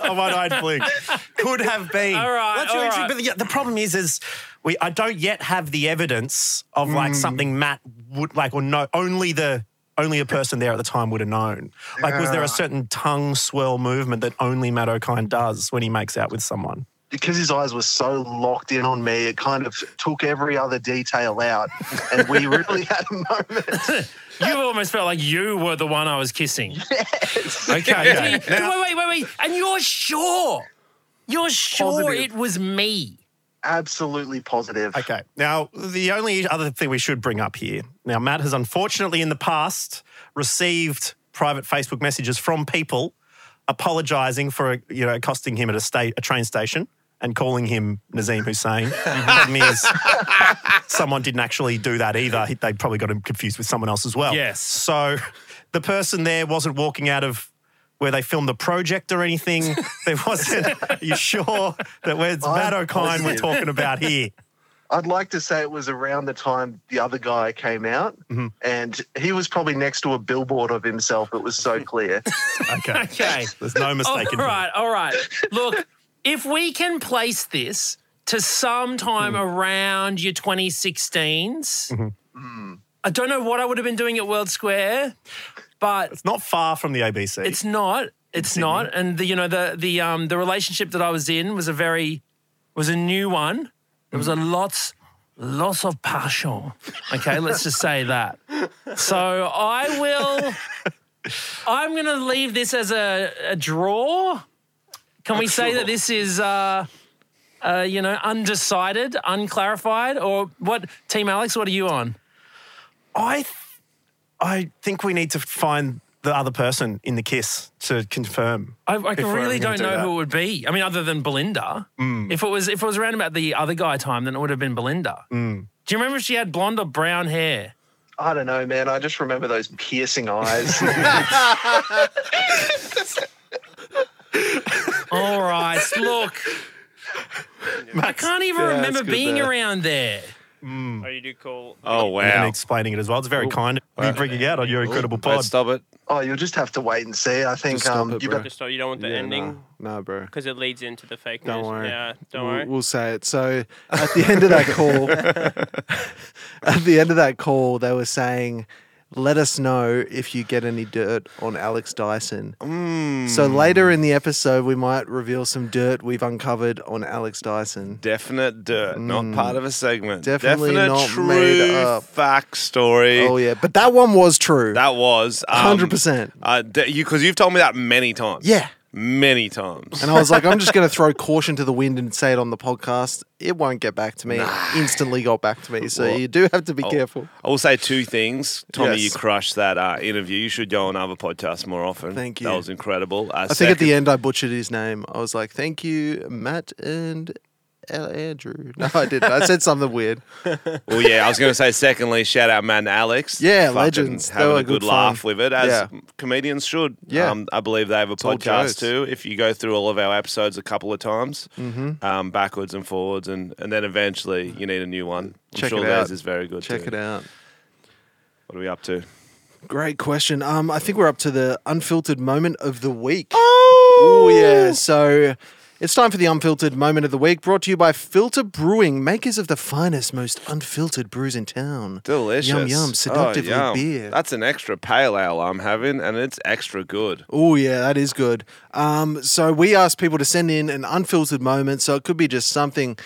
Speaker 5: a one-eyed blink. Could have been.
Speaker 9: All right,
Speaker 5: That's really
Speaker 9: all
Speaker 5: interesting,
Speaker 9: right.
Speaker 5: But the, yeah, the problem is, is we I don't yet have the evidence of
Speaker 2: Mm.
Speaker 5: like something Matt would like or no. Only the only a person there at the time would have known. Like, was there a certain tongue swirl movement that only Matt O'Kine does when he makes out with someone?
Speaker 1: because his eyes were so locked in on me, it kind of took every other detail out, and we really had a moment.
Speaker 9: You almost felt like you were the one I was kissing. Okay. Wait, wait, wait, wait. And you're sure? You're sure
Speaker 1: Positive.
Speaker 9: it was me?
Speaker 1: Absolutely positive.
Speaker 5: Okay. Now, the only other thing we should bring up here. Now, Matt has unfortunately in the past received private Facebook messages from people apologizing for you know accosting him at a state a train station and calling him Nazim Hussein. Problem is, someone didn't actually do that either. He- They probably got him confused with someone else as well.
Speaker 9: Yes.
Speaker 5: So the person there wasn't walking out of where they filmed the project or anything. There wasn't. Are you sure that where's Matt O'Kine we're
Speaker 1: positive.
Speaker 5: talking about here?
Speaker 1: I'd like to say it was around the time the other guy came out, and he was probably next to a billboard of himself. It was so clear.
Speaker 5: Okay.
Speaker 9: Okay.
Speaker 5: There's no
Speaker 9: All
Speaker 5: mistake in here.
Speaker 9: right, all right. Look, if we can place this
Speaker 11: Hmm. Mm-hmm.
Speaker 9: to sometime around your 2016s, I don't know what I would have been doing at World Square, but
Speaker 11: It's not far from the ABC.
Speaker 9: it's not. It's not. And the, you know the the um the relationship that I was in was a very was a new one. It was a
Speaker 11: Mm-hmm.
Speaker 9: lots lots of passion. Okay, let's just say that. So I will. I'm going to leave this as a, a draw. Can we say that this is, uh, uh, you know, undecided, unclarified, or what? Team Alex, what are you on?
Speaker 11: I, th- I think we need to find the other person in the kiss to confirm.
Speaker 9: I, I
Speaker 11: if we're
Speaker 9: really
Speaker 11: ever gonna
Speaker 9: don't
Speaker 11: do
Speaker 9: know
Speaker 11: that. Mm.
Speaker 9: who it would be. I mean, other than Belinda. If it was if it was around about the other guy time, then it would have been Belinda.
Speaker 11: Mm.
Speaker 9: Do you remember if she had blonde or brown hair?
Speaker 12: I don't know, man. I just remember those piercing eyes.
Speaker 9: All right, look, I can't even
Speaker 12: yeah,
Speaker 9: remember
Speaker 12: that's good
Speaker 9: being
Speaker 12: there.
Speaker 9: around there.
Speaker 5: Oh, you do call.
Speaker 2: Oh
Speaker 11: And
Speaker 2: wow!
Speaker 11: explaining it as well. It's very kind of you bringing out on your incredible
Speaker 2: Don't
Speaker 11: pod.
Speaker 2: stop it.
Speaker 12: oh, you'll just have to wait and see. I think
Speaker 1: Just stop
Speaker 12: um,
Speaker 1: it,
Speaker 12: you
Speaker 1: bro.
Speaker 12: better
Speaker 5: Just so you don't want the
Speaker 1: Yeah,
Speaker 5: ending
Speaker 1: No, no, bro.
Speaker 5: because it leads into the fake
Speaker 1: Don't
Speaker 5: news.
Speaker 1: worry.
Speaker 5: Yeah, don't
Speaker 1: we'll,
Speaker 5: worry.
Speaker 1: we'll say it. So at the end of that call, at the end of that call, they were saying, "Let us know if you get any dirt on Alex Dyson."
Speaker 11: Mm.
Speaker 1: So later in the episode, we might reveal some dirt we've uncovered on Alex Dyson.
Speaker 2: Definite dirt, not part of a segment.
Speaker 1: Definitely
Speaker 2: Definite
Speaker 1: not
Speaker 2: true
Speaker 1: made up.
Speaker 2: fact story.
Speaker 1: Oh yeah, but that one was true.
Speaker 2: That was um,
Speaker 1: 100%.
Speaker 2: Uh, d- you because you've told me that many times.
Speaker 1: Yeah.
Speaker 2: many times.
Speaker 1: and I was like, I'm just going to throw caution to the wind and say it on the podcast. It won't get back to me. It instantly got back to me. So
Speaker 2: Well,
Speaker 1: you do have to be careful.
Speaker 2: I will say two things, Tommy.
Speaker 1: Yes.
Speaker 2: You crushed that uh, interview. You should go on other podcasts more often.
Speaker 1: Thank you.
Speaker 2: That was incredible. Uh,
Speaker 1: I think at the end I butchered his name. I was like, "Thank you, Matt and Al- Andrew." No, I didn't. I said something weird.
Speaker 2: Well, yeah, I was going to say. Secondly, shout out man Alex.
Speaker 1: Yeah,
Speaker 2: Fucking
Speaker 1: legends. They
Speaker 2: Having
Speaker 1: were
Speaker 2: a good
Speaker 1: good
Speaker 2: laugh
Speaker 1: fun.
Speaker 2: with it, as
Speaker 1: Yeah.
Speaker 2: comedians should.
Speaker 1: Yeah.
Speaker 2: um, I believe they have a
Speaker 1: all
Speaker 2: podcast
Speaker 1: jokes.
Speaker 2: too. If you go through all of our episodes a couple of times,
Speaker 1: Mm-hmm.
Speaker 2: um, backwards and forwards, and and then eventually you need a new one. I'm
Speaker 1: Check
Speaker 2: sure
Speaker 1: it out.
Speaker 2: theirs is very good.
Speaker 1: Check
Speaker 2: too.
Speaker 1: it out.
Speaker 2: What are we up to?
Speaker 1: Great question. Um, I think we're up to the unfiltered moment of the week.
Speaker 2: Oh
Speaker 1: Oh yeah. So it's time for the unfiltered moment of the week, brought to you by Filter Brewing, makers of the finest, most unfiltered brews in town.
Speaker 2: Delicious.
Speaker 1: Yum
Speaker 2: Oh,
Speaker 1: yum. Seductively
Speaker 2: yum.
Speaker 1: beer.
Speaker 2: That's an extra pale ale I'm having, and it's extra good.
Speaker 1: Oh yeah, that is good. Um, so we asked people to send in an unfiltered moment. So it could be just something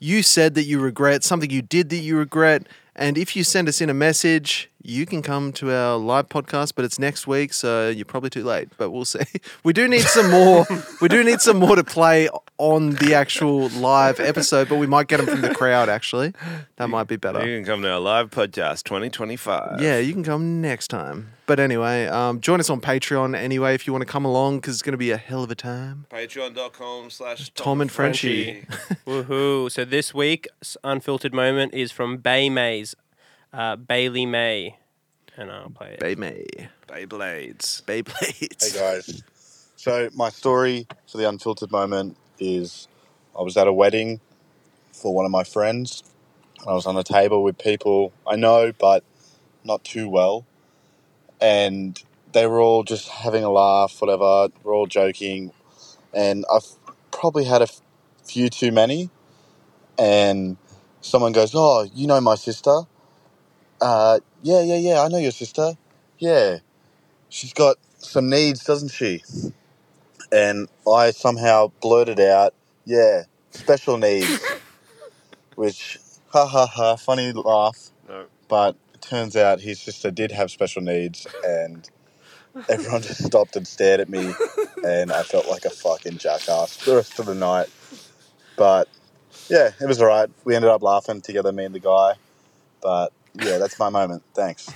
Speaker 1: you said that you regret, something you did that you regret. And if you send us in a message, you can come to our live podcast, but it's next week, so you're probably too late. But we'll see. We do need some more. we do need some more to play on the actual live episode, but we might get them from the crowd. Actually, that might be better.
Speaker 2: You can come to our live podcast 2025.
Speaker 1: Yeah, you can come next time. But anyway, um, join us on Patreon anyway if you want to come along because it's going to be a hell of a time.
Speaker 2: Patreon.com slash
Speaker 1: Tom and Frenchie.
Speaker 5: Woohoo! So this week's unfiltered moment is from Bay Mays, uh, Bailey May, and I'll play it.
Speaker 1: Bay May.
Speaker 2: Beyblades.
Speaker 1: Bay
Speaker 13: Hey
Speaker 1: Blades.
Speaker 13: guys. So my story for the unfiltered moment is I was at a wedding for one of my friends. And I was on a table with people I know but not too well. And they were all just having a laugh, whatever, we're all joking. And I've probably had a f- few too many. And someone goes, Oh, you know my sister? Uh, yeah, yeah, yeah, I know your sister. Yeah she's got some needs, doesn't she? And I somehow blurted out, yeah, special needs, which, ha ha ha, funny laugh.
Speaker 2: No.
Speaker 13: But it turns out his sister did have special needs, and everyone just stopped and stared at me, and I felt like a fucking jackass for the rest of the night. But yeah, it was all right. We ended up laughing together, me and the guy. But yeah, that's my moment. Thanks.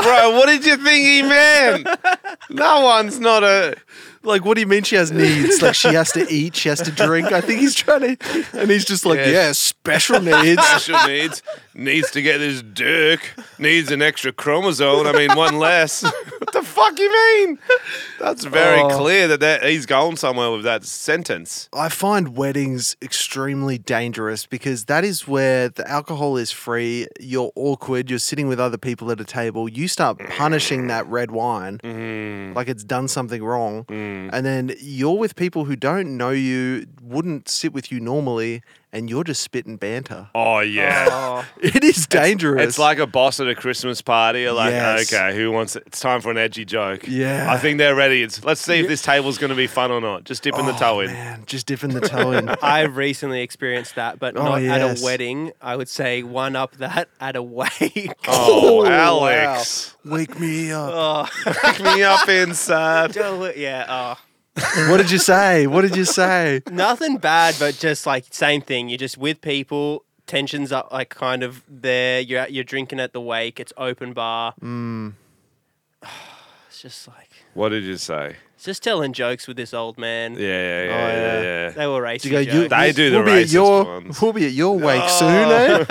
Speaker 2: Bro, what did you think he meant? that one's not a.
Speaker 1: Like, what do you mean she has needs? Like, she has to eat, she has to drink. I think he's trying to, and he's just like,
Speaker 2: Yes.
Speaker 1: yeah, special needs.
Speaker 2: Special needs needs to get this dick. Needs an extra chromosome. I mean, one less. what the fuck you mean? That's very
Speaker 1: Oh.
Speaker 2: clear that that he's going somewhere with that sentence.
Speaker 1: I find weddings extremely dangerous because that is where the alcohol is free. You're awkward. You're sitting with other people at a table. You start
Speaker 2: Mm.
Speaker 1: punishing that red wine like it's done something
Speaker 2: Mm.
Speaker 1: wrong. And then you're with people who don't know you, wouldn't sit with you normally. and you're just spitting banter.
Speaker 2: Oh yeah,
Speaker 1: it is dangerous.
Speaker 2: It's like a boss at a Christmas party. You're like,
Speaker 1: Yes.
Speaker 2: okay, who wants it? It's time for an edgy joke.
Speaker 1: Yeah.
Speaker 2: I think they're ready. It's, let's see if this table's going to be fun or not. Just dipping the toe in.
Speaker 1: Man, just dipping the toe in.
Speaker 5: I recently experienced that, but
Speaker 1: Oh,
Speaker 5: not at
Speaker 1: yes.
Speaker 5: a wedding. I would say one up that at a wake.
Speaker 2: Oh, Alex.
Speaker 1: Wake me up.
Speaker 2: Oh. Pick me up inside.
Speaker 5: Don't- yeah. Oh.
Speaker 1: what did you say? What did you say?
Speaker 5: Nothing bad, but just like same thing. You're just with people. Tensions are like kind of there. You're at, you're drinking at the wake. It's open bar.
Speaker 1: Mm.
Speaker 5: It's just like
Speaker 2: What did you say?
Speaker 5: it's just telling jokes with this old man.
Speaker 2: Yeah, yeah, yeah,
Speaker 1: Oh,
Speaker 2: yeah.
Speaker 1: yeah.
Speaker 2: yeah.
Speaker 5: They were racist.
Speaker 1: Do you go, you,
Speaker 5: jokes.
Speaker 2: They do the
Speaker 1: we'll be at
Speaker 2: racist
Speaker 1: your,
Speaker 2: ones.
Speaker 1: We'll be at your wake soon, eh?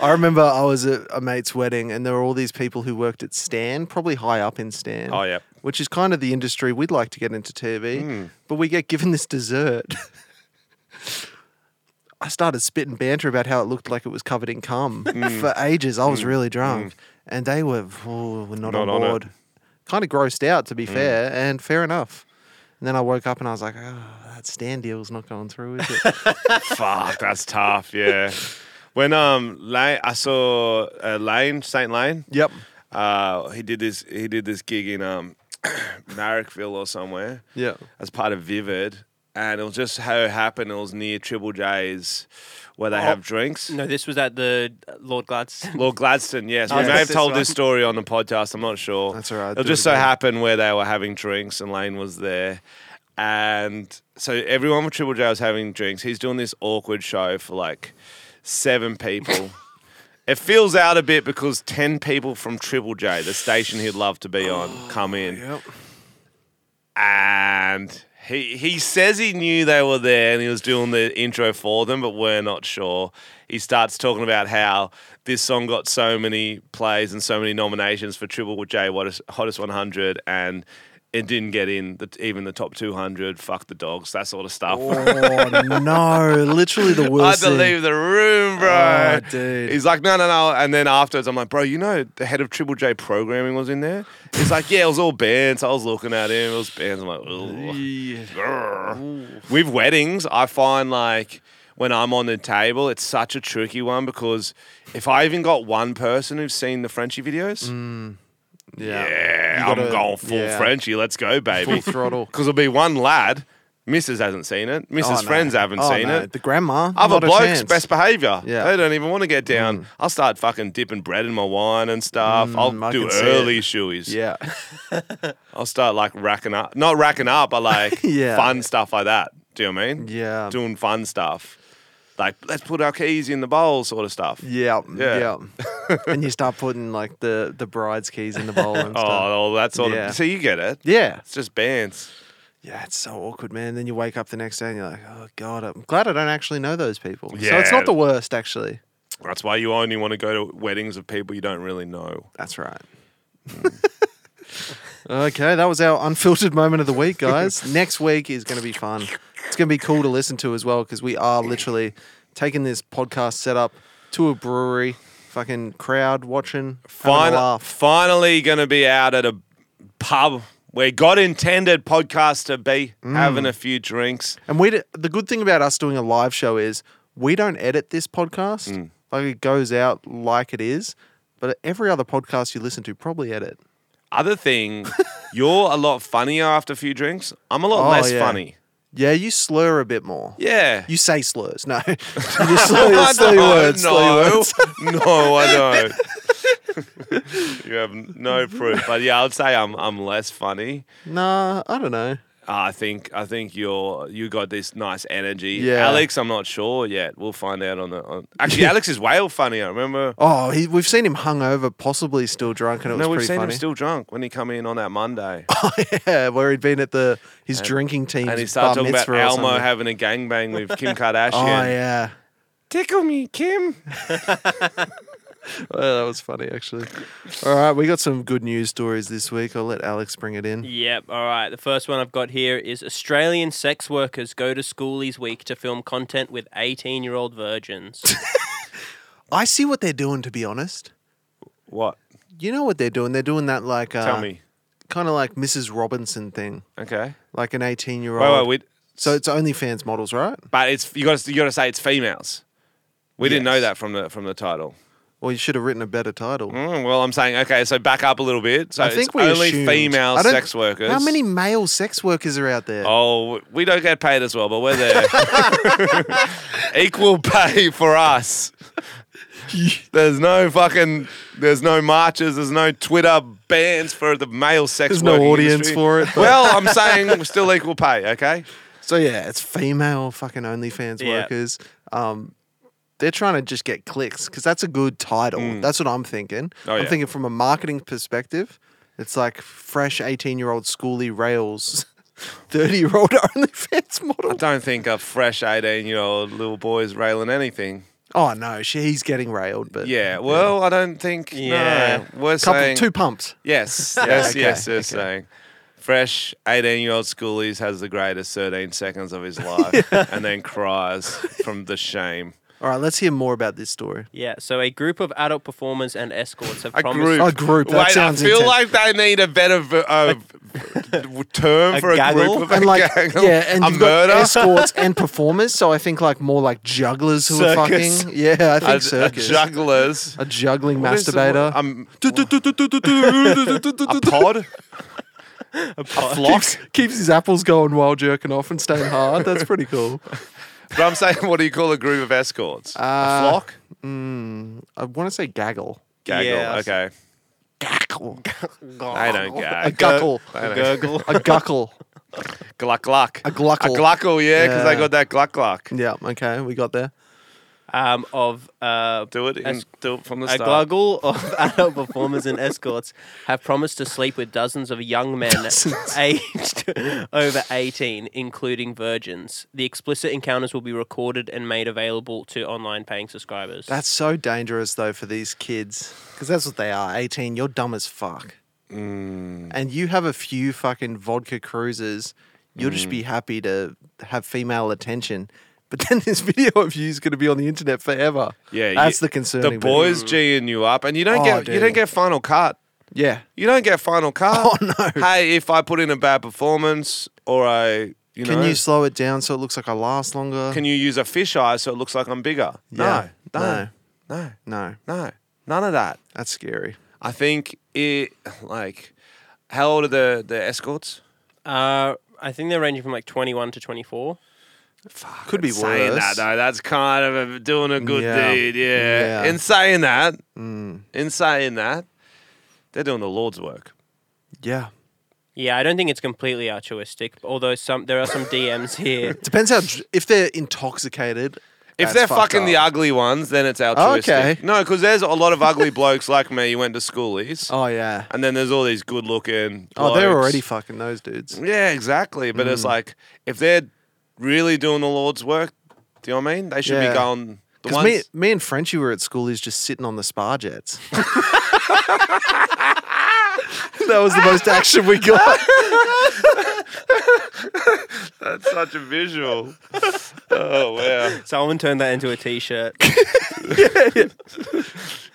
Speaker 1: I remember I was at a mate's wedding and there were all these people who worked at Stan, probably high up in Stan.
Speaker 2: Oh, yep.
Speaker 1: Which is kind of the industry we'd like to get into TV,
Speaker 2: Mm.
Speaker 1: but we get given this dessert. I started spitting banter about how it looked like it was covered in cum
Speaker 2: Hmm.
Speaker 1: for ages. I was really drunk, and they were, oh, were not, on
Speaker 2: Not on it. Hmm.
Speaker 1: board. Kind of grossed out, to be fair, and fair enough. And then I woke up and I was like, oh, that stand deal's not going through, is it?
Speaker 2: Fuck, that's tough. Yeah. When um, Lane, I saw uh, Lane Saint Lane.
Speaker 1: yep.
Speaker 2: Uh, he did this. He did this gig in um, Marrickville or somewhere
Speaker 1: Yeah.
Speaker 2: as part of Vivid, and it was just how it happened. It was near Triple J's where
Speaker 1: Oh,
Speaker 2: they have drinks.
Speaker 5: No, this was at the uh, Lord Gladstone.
Speaker 2: Lord Gladstone, yes. We
Speaker 5: Oh,
Speaker 2: may
Speaker 5: that's
Speaker 2: have
Speaker 5: this
Speaker 2: told
Speaker 5: one.
Speaker 2: this story on the podcast. I'm not sure.
Speaker 1: That's all right,
Speaker 2: It
Speaker 1: do
Speaker 2: just
Speaker 1: it
Speaker 2: so
Speaker 1: again.
Speaker 2: happened where they were having drinks and Lane was there. And so everyone with Triple J was having drinks. He's doing this awkward show for like seven people. it feels out a bit because 10 people from Triple J, the station he'd love to be on, come in.
Speaker 1: Oh, Yep.
Speaker 2: And he he says he knew they were there and he was doing the intro for them, but we're not sure. He starts talking about how this song got so many plays and so many nominations for Triple J Hottest, Hottest 100 and it didn't get in the, even the top 200. Fuck the dogs, that sort of stuff.
Speaker 1: Oh, no. Literally the
Speaker 2: I had
Speaker 1: worst
Speaker 2: to
Speaker 1: thing.
Speaker 2: leave the room,
Speaker 1: Oh,
Speaker 2: bro.
Speaker 1: dude.
Speaker 2: He's like, no, no, no. And then afterwards, I'm like, bro, you know, the head of Triple J programming was in there. He's like, yeah, it was all bands. I was looking at him. It was bands. I'm like, Ugh. Grr. With weddings, I find like when I'm on the table, it's such a tricky one because if I even got one person who's seen the Frenchie videos, yeah, I'm
Speaker 1: Mm. gotta-
Speaker 2: going full
Speaker 1: yeah.
Speaker 2: Frenchie. Let's go, baby.
Speaker 1: Full throttle.
Speaker 2: Because there'll be one lad. Mrs. hasn't seen it. Mrs.
Speaker 1: Oh, no.
Speaker 2: Friends haven't
Speaker 1: Oh,
Speaker 2: seen
Speaker 1: no.
Speaker 2: it
Speaker 1: The grandma.
Speaker 2: other
Speaker 1: not a
Speaker 2: blokes
Speaker 1: chance.
Speaker 2: best behavior.
Speaker 1: Yeah.
Speaker 2: They don't even want to get down. I'll start fucking dipping bread in my wine and stuff. I'll
Speaker 1: Mm, I
Speaker 2: do
Speaker 1: can see
Speaker 2: early
Speaker 1: it.
Speaker 2: shoeies.
Speaker 1: Yeah.
Speaker 2: I'll start like racking up. Not racking up, but like
Speaker 1: Yeah.
Speaker 2: fun stuff like that. Do you know what I mean?
Speaker 1: Yeah.
Speaker 2: Doing fun stuff. Like, let's put our keys in the bowl sort of stuff.
Speaker 1: Yeah,
Speaker 2: Yeah.
Speaker 1: yeah. and you start putting like the the bride's keys in the bowl and
Speaker 2: Oh,
Speaker 1: stuff.
Speaker 2: well, that sort
Speaker 1: Yeah.
Speaker 2: of. So you get it.
Speaker 1: Yeah.
Speaker 2: It's just bands.
Speaker 1: Yeah, it's so awkward, man. Then you wake up the next day and you're like, oh, God, I'm glad I don't actually know those people. So it's
Speaker 2: Yeah.
Speaker 1: not the worst, actually.
Speaker 2: That's why you only want to go to weddings of people you don't really know.
Speaker 1: That's right. okay, that was our unfiltered moment of the week, guys. Next week is going to be fun. It's going to be cool to listen to as well because we are literally taking this podcast setup to a brewery, fucking crowd watching, having a
Speaker 2: Final,
Speaker 1: laugh.
Speaker 2: finally going to be out at a pub where God intended podcasts to be,
Speaker 1: Mm.
Speaker 2: having a few drinks.
Speaker 1: And we d- the good thing about us doing a live show is we don't edit this podcast. Like it goes out like it is, but every other podcast you listen to probably edit.
Speaker 2: Other thing, you're a lot funnier after a few drinks. I'm a lot
Speaker 1: Oh,
Speaker 2: less
Speaker 1: yeah.
Speaker 2: funny.
Speaker 1: Yeah, you slur a bit more.
Speaker 2: Yeah.
Speaker 1: You say slurs. No. you slur, you slur your
Speaker 2: No,
Speaker 1: words. slur your
Speaker 2: no,
Speaker 1: words.
Speaker 2: no, I don't. you have no proof, but yeah, I'd say I'm I'm less funny. Uh,
Speaker 1: Nah, I don't know.
Speaker 2: I think I think you're you got this nice energy.
Speaker 1: Yeah.
Speaker 2: Alex, I'm not sure yet. We'll find out on the. On, actually, Alex is way funnier. Remember?
Speaker 1: Oh, he, we've seen him hungover, possibly still drunk, and it was
Speaker 2: no, we've
Speaker 1: pretty
Speaker 2: seen
Speaker 1: funny.
Speaker 2: him still drunk when he come in on that Monday,
Speaker 1: yeah, where he'd been at the his drinking team.
Speaker 2: and he started talking about Elmo having a gangbang with Kim Kardashian.
Speaker 1: Oh yeah,
Speaker 2: Tickle me, Kim.
Speaker 1: Oh, that was funny actually. All right, we got some good news stories this week. I'll let Alex bring it in.
Speaker 5: Yep. All right. The first one I've got here is Australian sex workers go to schoolies week to film content with 18 year old virgins.
Speaker 1: I see what they're doing, to be honest.
Speaker 2: What?
Speaker 1: You know what they're doing? They're doing that like uh,
Speaker 2: Tell me.
Speaker 1: kind of like Mrs. Robinson thing,
Speaker 2: Okay.
Speaker 1: like an eighteen year
Speaker 2: Wait, wait,
Speaker 1: old.
Speaker 2: wait.
Speaker 1: So it's OnlyFans models, right?
Speaker 2: But it's you got to you got to say it's females. We didn't know that from the from the title.
Speaker 1: Well, you should have written a better title.
Speaker 2: Mm, well, I'm saying okay, so back up a little bit. So
Speaker 1: I think
Speaker 2: it's
Speaker 1: we
Speaker 2: only
Speaker 1: assumed-
Speaker 2: female
Speaker 1: I don't-
Speaker 2: sex workers.
Speaker 1: How many male sex workers are out there?
Speaker 2: Oh, we don't get paid as well, but we're there. Equal pay for us. There's no fucking. There's no marches. There's no Twitter bans for the male sex.
Speaker 1: There's no
Speaker 2: working
Speaker 1: audience
Speaker 2: industry.
Speaker 1: for it, but-
Speaker 2: Well, I'm saying we're still equal pay. Okay.
Speaker 1: So yeah, it's female fucking OnlyFans
Speaker 2: Yeah.
Speaker 1: workers. Um, they're trying to just get clicks because that's a good title. That's what I'm thinking.
Speaker 2: Hmm. Oh,
Speaker 1: I'm
Speaker 2: yeah.
Speaker 1: thinking from a marketing perspective, it's like fresh 18 year old schooly rails, 30 year old OnlyFans model.
Speaker 2: I don't think a fresh 18 year old little boy is railing anything.
Speaker 1: Oh no, she, he's getting railed, but
Speaker 2: Yeah. Well, I don't think.
Speaker 1: Yeah.
Speaker 2: No, we're
Speaker 1: Couple-
Speaker 2: saying
Speaker 1: two pumps.
Speaker 2: Yes.
Speaker 1: Yeah,
Speaker 2: Yes.
Speaker 1: okay,
Speaker 2: Yes. Yes. Saying. Fresh 18 year old schoolies has the greatest 13 seconds of his life and then cries from the shame.
Speaker 1: All right, let's hear more about this story.
Speaker 5: Yeah, so a group of adult performers and escorts have
Speaker 2: A
Speaker 5: promised
Speaker 2: group.
Speaker 1: A group, that
Speaker 2: Wait,
Speaker 1: sounds
Speaker 2: I feel
Speaker 1: intense.
Speaker 2: like they need a better v- uh, v- term for a group of
Speaker 1: and
Speaker 2: a
Speaker 1: like
Speaker 2: gaggle.
Speaker 1: yeah, and
Speaker 2: a
Speaker 1: you've got
Speaker 2: murder.
Speaker 1: escorts and performers. So I think like more like jugglers who
Speaker 2: Circus.
Speaker 1: are fucking. Yeah, I
Speaker 2: A- a
Speaker 1: think circus.
Speaker 2: jugglers.
Speaker 1: A juggling
Speaker 2: What is the-
Speaker 1: masturbator.
Speaker 2: um,
Speaker 1: a
Speaker 2: a pod.
Speaker 1: A
Speaker 2: flock?
Speaker 1: Keeps, keeps his apples going while jerking off and staying hard. That's pretty cool.
Speaker 2: But I'm saying, what do you call a group of escorts?
Speaker 1: Uh,
Speaker 2: a flock?
Speaker 1: Mm, I want to say gaggle.
Speaker 2: Gaggle. Okay.
Speaker 1: Gaggle.
Speaker 2: I don't gag.
Speaker 1: Oh, A guckle.
Speaker 2: I don't- gurgle.
Speaker 1: A guckle.
Speaker 2: Gluck gluck.
Speaker 1: A gluckle.
Speaker 2: A gluckle, yeah, because I got that gluck gluck.
Speaker 1: Yeah. Okay. We got there.
Speaker 5: um, of uh,
Speaker 2: do it, in, do it from the
Speaker 5: a
Speaker 2: start.
Speaker 5: goggle of adult performers and escorts have promised to sleep with dozens of young men aged over 18, including virgins. The explicit encounters will be recorded and made available to online paying subscribers.
Speaker 1: That's so dangerous though for these kids because that's what they are. Eighteen. You're dumb as fuck.
Speaker 2: Mm.
Speaker 1: And you have a few fucking vodka cruises. You'll
Speaker 2: Mm.
Speaker 1: just be happy to have female attention. But then this video of you is going to be on the internet forever.
Speaker 2: Yeah,
Speaker 1: that's
Speaker 2: you-
Speaker 1: the concern.
Speaker 2: The boys G'ing you up, and you don't
Speaker 1: Oh,
Speaker 2: get you
Speaker 1: dude.
Speaker 2: don't get final cut.
Speaker 1: Yeah.
Speaker 2: You don't get final cut. Oh no! Hey, if I put in a bad performance or I, you know,
Speaker 1: Can you slow it down so it looks like I last longer?
Speaker 2: can you use a fish eye so it looks like I'm bigger?
Speaker 1: Yeah.
Speaker 2: No, no, no,
Speaker 1: No.
Speaker 2: no, none of that.
Speaker 1: That's scary.
Speaker 2: I think it like how old are the the escorts?
Speaker 5: Uh, I think they're ranging from like 21 to 24.
Speaker 1: Could be
Speaker 2: Saying
Speaker 1: worse.
Speaker 2: that though, that's kind of a, doing a good
Speaker 1: Yeah.
Speaker 2: deed. Yeah.
Speaker 1: Yeah. Mm.
Speaker 2: In saying that, in saying that, they're doing the Lord's work.
Speaker 1: Yeah.
Speaker 5: Yeah, I don't think it's completely altruistic, although some there are some DMs here.
Speaker 1: Depends how dr- if they're intoxicated.
Speaker 2: If
Speaker 1: that's
Speaker 2: they're
Speaker 1: fucked
Speaker 2: fucking the
Speaker 1: up.
Speaker 2: ugly ones, then it's altruistic.
Speaker 1: okay.
Speaker 2: No, because there's a lot of ugly blokes like me who went to schoolies,
Speaker 1: Oh yeah.
Speaker 2: and then there's all these good looking.
Speaker 1: Oh, they're already Mm. fucking those dudes.
Speaker 2: Yeah, exactly. But it's like if they're really doing the Lord's work, do you know what I mean? They should
Speaker 1: Yeah.
Speaker 2: be going. The
Speaker 1: Because
Speaker 2: ones,
Speaker 1: me, me and Frenchie were at school. He's just sitting on the spar jets. that was the most action we got.
Speaker 2: That's such a visual. oh wow.
Speaker 5: Someone turned that into a t-shirt.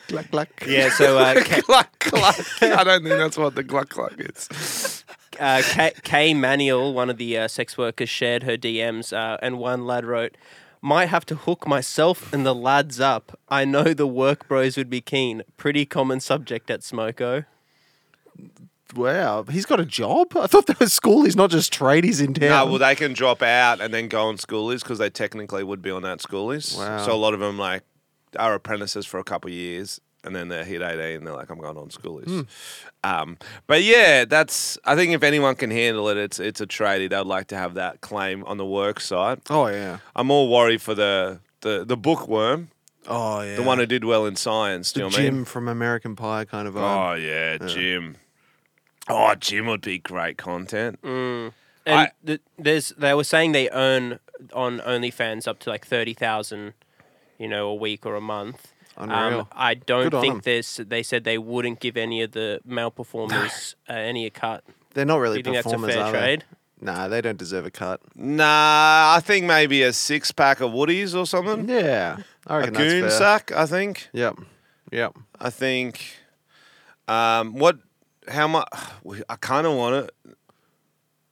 Speaker 1: Gluck, gluck.
Speaker 5: Yeah, so uh, K,
Speaker 2: gluck gluck. I don't think that's what the gluck gluck is.
Speaker 5: uh, K, Kay Manuel, one of the uh, sex workers, shared her DMs, uh, and one lad wrote, "Might have to hook myself and the lads up. I know the work bros would be keen. Pretty common subject at Smoko."
Speaker 1: Wow, he's got a job. I thought that was school. He's not just tradies in
Speaker 2: No,
Speaker 1: town.
Speaker 2: Uh, well, they can drop out and then go on schoolies because they technically would be on that schoolies.
Speaker 1: Wow.
Speaker 2: So a lot of them like are apprentices for a couple of years and then they're hit 18 and they're like, I'm going on schoolies.
Speaker 1: Hmm.
Speaker 2: Um, but yeah, that's, I think if anyone can handle it, it's, it's a tradie. They'd like to have that claim on the work side.
Speaker 1: oh yeah.
Speaker 2: I'm more worried for the, the, the bookworm,
Speaker 1: Oh yeah.
Speaker 2: the one who did well in science. Do you
Speaker 1: the
Speaker 2: know what I
Speaker 1: Jim
Speaker 2: mean?
Speaker 1: from American Pie kind of. vibe.
Speaker 2: Oh, yeah, Jim. Oh, Jim would be great content.
Speaker 5: And
Speaker 2: I-
Speaker 5: th- there's they were saying they earn on OnlyFans up to like thirty thousand, you know, a week or a month. Um,
Speaker 1: Unreal.
Speaker 5: I don't
Speaker 1: Good on
Speaker 5: think
Speaker 1: 'em.
Speaker 5: there's. They said they wouldn't give any of the male performers uh, any a cut.
Speaker 1: They're not really
Speaker 5: you think that's a
Speaker 1: performers,
Speaker 5: fair
Speaker 1: are they?
Speaker 5: trade?
Speaker 1: Nah, they don't deserve a cut.
Speaker 2: Nah, I think maybe a six pack of Woodies or something.
Speaker 1: Yeah, I
Speaker 2: a
Speaker 1: reckon that's
Speaker 2: Mm-hmm. goon
Speaker 1: fair.
Speaker 2: sack, I think.
Speaker 1: Yep, yep.
Speaker 2: I think. Um, what? How much? I kind of want it.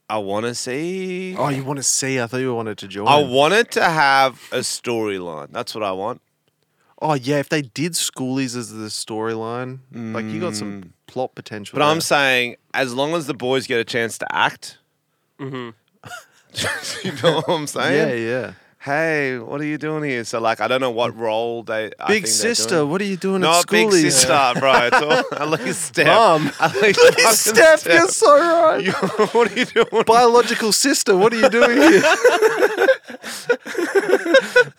Speaker 2: I want to see.
Speaker 1: Oh, you want to see? I thought you wanted to join.
Speaker 2: I wanted to have a storyline. That's what I want.
Speaker 1: Oh yeah, if they did schoolies as the storyline, like you got some plot potential.
Speaker 2: Mm. But I'm
Speaker 1: there.
Speaker 2: saying, as long as the boys get a chance to act, you know what I'm saying?
Speaker 1: yeah, yeah.
Speaker 2: Hey, what are you doing here? So, like, I don't know what role they. I
Speaker 1: Big
Speaker 2: think they're
Speaker 1: sister,
Speaker 2: doing.
Speaker 1: what are you doing at
Speaker 2: Not
Speaker 1: schoolies?
Speaker 2: big sister, bro. It's all, at least step.
Speaker 1: Mom.
Speaker 2: at least
Speaker 1: Please,
Speaker 2: fucking
Speaker 1: Steph, you're so right.
Speaker 2: You- what are you doing?
Speaker 1: Biological sister, what are you doing here?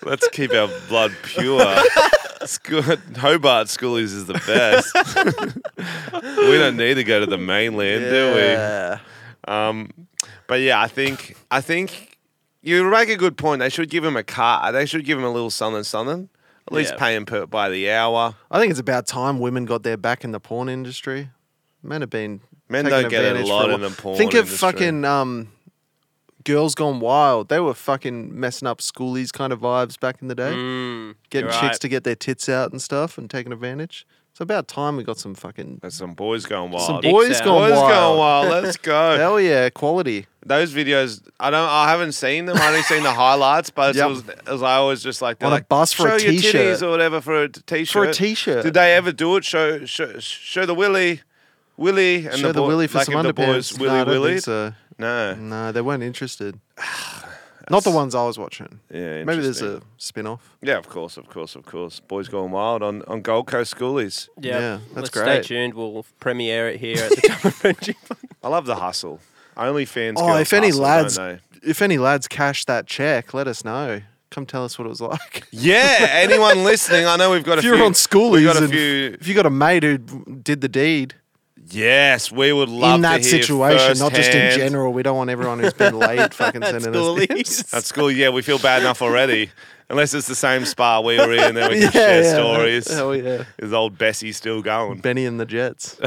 Speaker 2: Let's keep our blood pure. School, Hobart Schoolies is the best. we don't need to go to the mainland, do we? Um, but yeah, I think I think you make a good point. They should give him a car. They should give him a little something, something. At least
Speaker 5: Yeah.
Speaker 2: pay him per, by the hour.
Speaker 1: I think it's about time women got their back in the porn industry. Men have been
Speaker 2: Men
Speaker 1: taken
Speaker 2: don't get a
Speaker 1: advantage for
Speaker 2: lot
Speaker 1: while.
Speaker 2: in the porn
Speaker 1: Think of
Speaker 2: industry.
Speaker 1: fucking um, girls gone wild. They were fucking messing up schoolies kind of vibes back in the day,
Speaker 2: Mm,
Speaker 1: getting
Speaker 5: you're
Speaker 1: chicks
Speaker 5: right.
Speaker 1: to get their tits out and stuff and taking advantage. It's about time we got some fucking
Speaker 2: There's some boys going wild.
Speaker 1: some
Speaker 5: dicks
Speaker 1: boys
Speaker 5: out.
Speaker 1: gone
Speaker 2: boys
Speaker 1: wild.
Speaker 2: going wild. Let's go.
Speaker 1: Hell yeah, quality.
Speaker 2: Those videos, I don't, I haven't seen them. I only seen the highlights, but
Speaker 1: Yep.
Speaker 2: it was, it was I always just like they're
Speaker 1: On a
Speaker 2: like,
Speaker 1: bus for
Speaker 2: show
Speaker 1: a
Speaker 2: your
Speaker 1: t-shirt."
Speaker 2: titties or whatever for a t- t-shirt.
Speaker 1: For a t-shirt.
Speaker 2: Did they ever do it? Show show, show the willy, willy, and
Speaker 1: Show
Speaker 2: the,
Speaker 1: the
Speaker 2: boy,
Speaker 1: willy for
Speaker 2: like
Speaker 1: some
Speaker 2: if the
Speaker 1: underpants.
Speaker 2: boys
Speaker 1: No, I
Speaker 2: willy
Speaker 1: don't think
Speaker 2: willy.
Speaker 1: so. Mm.
Speaker 2: No,
Speaker 1: No, they weren't interested. Not the ones I was watching.
Speaker 2: Yeah,
Speaker 1: Maybe there's a
Speaker 2: interesting.
Speaker 1: spin off.
Speaker 2: yeah, of course, of course, of course. Boys going wild on on Gold Coast schoolies.
Speaker 5: Yeah,
Speaker 1: Yeah, that's
Speaker 5: Let's
Speaker 1: great.
Speaker 5: Stay tuned. We'll premiere it here at the Time of Friendship.
Speaker 2: I love the hustle. Only fans.
Speaker 1: Oh,
Speaker 2: girls
Speaker 1: if any
Speaker 2: hustle, don't
Speaker 1: lads,
Speaker 2: they?
Speaker 1: if any lads cash that check, let us know. Come tell us what it was like.
Speaker 2: Yeah, anyone listening? I know we've got
Speaker 1: if
Speaker 2: a
Speaker 1: you're
Speaker 2: few.
Speaker 1: on
Speaker 2: we've
Speaker 1: schoolies,
Speaker 2: got a
Speaker 1: and
Speaker 2: few.
Speaker 1: if you got a mate who did the deed
Speaker 2: Yes, we would love
Speaker 1: in
Speaker 2: to
Speaker 1: that
Speaker 2: hear
Speaker 1: situation, not just in
Speaker 2: firsthand.
Speaker 1: general, we don't want everyone who's been laid fucking sending us. this.
Speaker 2: At school, yeah, we feel bad enough already. Unless it's the same spa we were in, then we can share stories.
Speaker 1: Hell yeah,
Speaker 2: Is old Bessie still going?
Speaker 1: Benny and the Jets.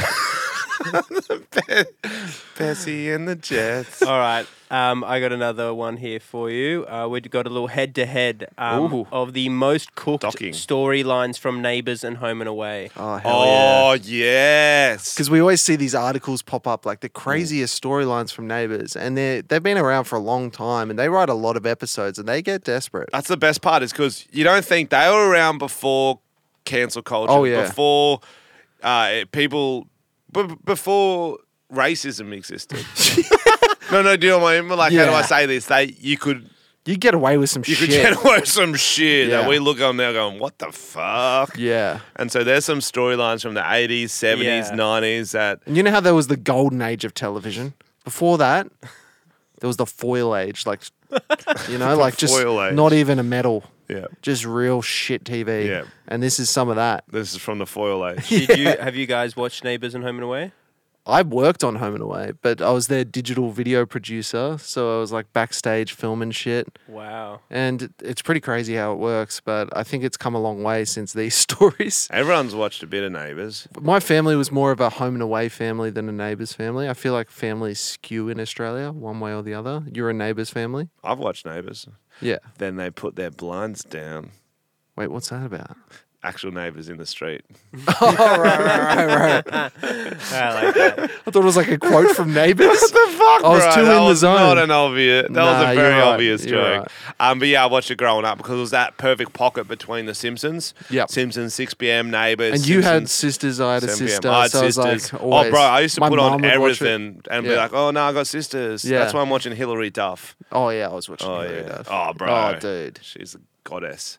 Speaker 2: Bessie and the Jets.
Speaker 5: All right. Um, I got another one here for you. Uh, we got a little head to head
Speaker 1: Ooh.
Speaker 5: of the most cooked
Speaker 2: Docking.
Speaker 5: storylines from Neighbours and Home and Away.
Speaker 1: Oh hell yeah.
Speaker 2: Oh yes.
Speaker 1: Because we always see these articles pop up, like
Speaker 2: Mm.
Speaker 1: the craziest storylines from neighbors, and they they've been around for a long time, and they write a lot of episodes, and they get desperate.
Speaker 2: That's the best part is because you don't think they were around before cancel culture.
Speaker 1: Oh, yeah.
Speaker 2: Before uh, it- people, b- before racism existed. no, no, do you know what I mean? Like, how do
Speaker 1: Yeah.
Speaker 2: I say this? They, you could
Speaker 1: You get away with some
Speaker 2: You
Speaker 1: shit.
Speaker 2: could get away with some shit
Speaker 1: Yeah.
Speaker 2: that we look on now going, what the fuck?
Speaker 1: yeah.
Speaker 2: And so there's some storylines from the 80s, 70s,
Speaker 5: Yeah.
Speaker 2: 90s that.
Speaker 1: And you know how there was the golden age of television? Before that, there was the foil age, like you know, like just
Speaker 2: foil age.
Speaker 1: not even a medal.
Speaker 2: Yeah.
Speaker 1: Just real shit TV.
Speaker 2: Yeah.
Speaker 1: And this is some of that.
Speaker 2: This is from the foil age.
Speaker 5: Did you have you guys watched Neighbours and Home and Away?
Speaker 1: I worked on Home and Away, but I was their digital video producer, so I was like backstage filming shit.
Speaker 5: Wow.
Speaker 1: And it- it's pretty crazy how it works, but I think it's come a long way since these stories.
Speaker 2: Everyone's watched a bit of Neighbours.
Speaker 1: My family was more of a home and away family than a neighbour's family. I feel like families skew in Australia one way or the other. You're a neighbour's family.
Speaker 2: I've watched Neighbours.
Speaker 1: Yeah.
Speaker 2: Then they put their blinds down.
Speaker 1: Wait, what's that about?
Speaker 2: Actual neighbours in the street.
Speaker 5: I like that.
Speaker 1: I thought it was like a quote from Neighbours. I
Speaker 2: fuck,
Speaker 1: was
Speaker 2: bro?
Speaker 1: too
Speaker 2: that
Speaker 1: in the
Speaker 2: was Not
Speaker 1: zone.
Speaker 2: an obvious. That
Speaker 1: Nah,
Speaker 2: was a very
Speaker 1: you're right,
Speaker 2: obvious
Speaker 1: you're
Speaker 2: joke. Um, but yeah, I watched it growing up because it was that perfect pocket between the Simpsons.
Speaker 1: Yep.
Speaker 2: Simpsons, 6 p.m. Neighbours.
Speaker 1: and you had
Speaker 2: Simpsons.
Speaker 1: sisters, I had a
Speaker 2: 7 p.m.
Speaker 1: sister.
Speaker 2: I had
Speaker 1: so I was
Speaker 2: sisters.
Speaker 1: like,
Speaker 2: oh,
Speaker 1: always,
Speaker 2: bro, I used to
Speaker 1: my
Speaker 2: put on
Speaker 1: mum would watch it.
Speaker 2: everything and be
Speaker 1: Yeah.
Speaker 2: like, oh, no, I got sisters.
Speaker 1: Yeah.
Speaker 2: That's why I'm watching Hillary Duff.
Speaker 1: Oh yeah, I was watching.
Speaker 2: Oh,
Speaker 1: Hillary
Speaker 2: yeah.
Speaker 1: Duff.
Speaker 2: Oh, bro.
Speaker 1: Oh dude.
Speaker 2: She's a goddess.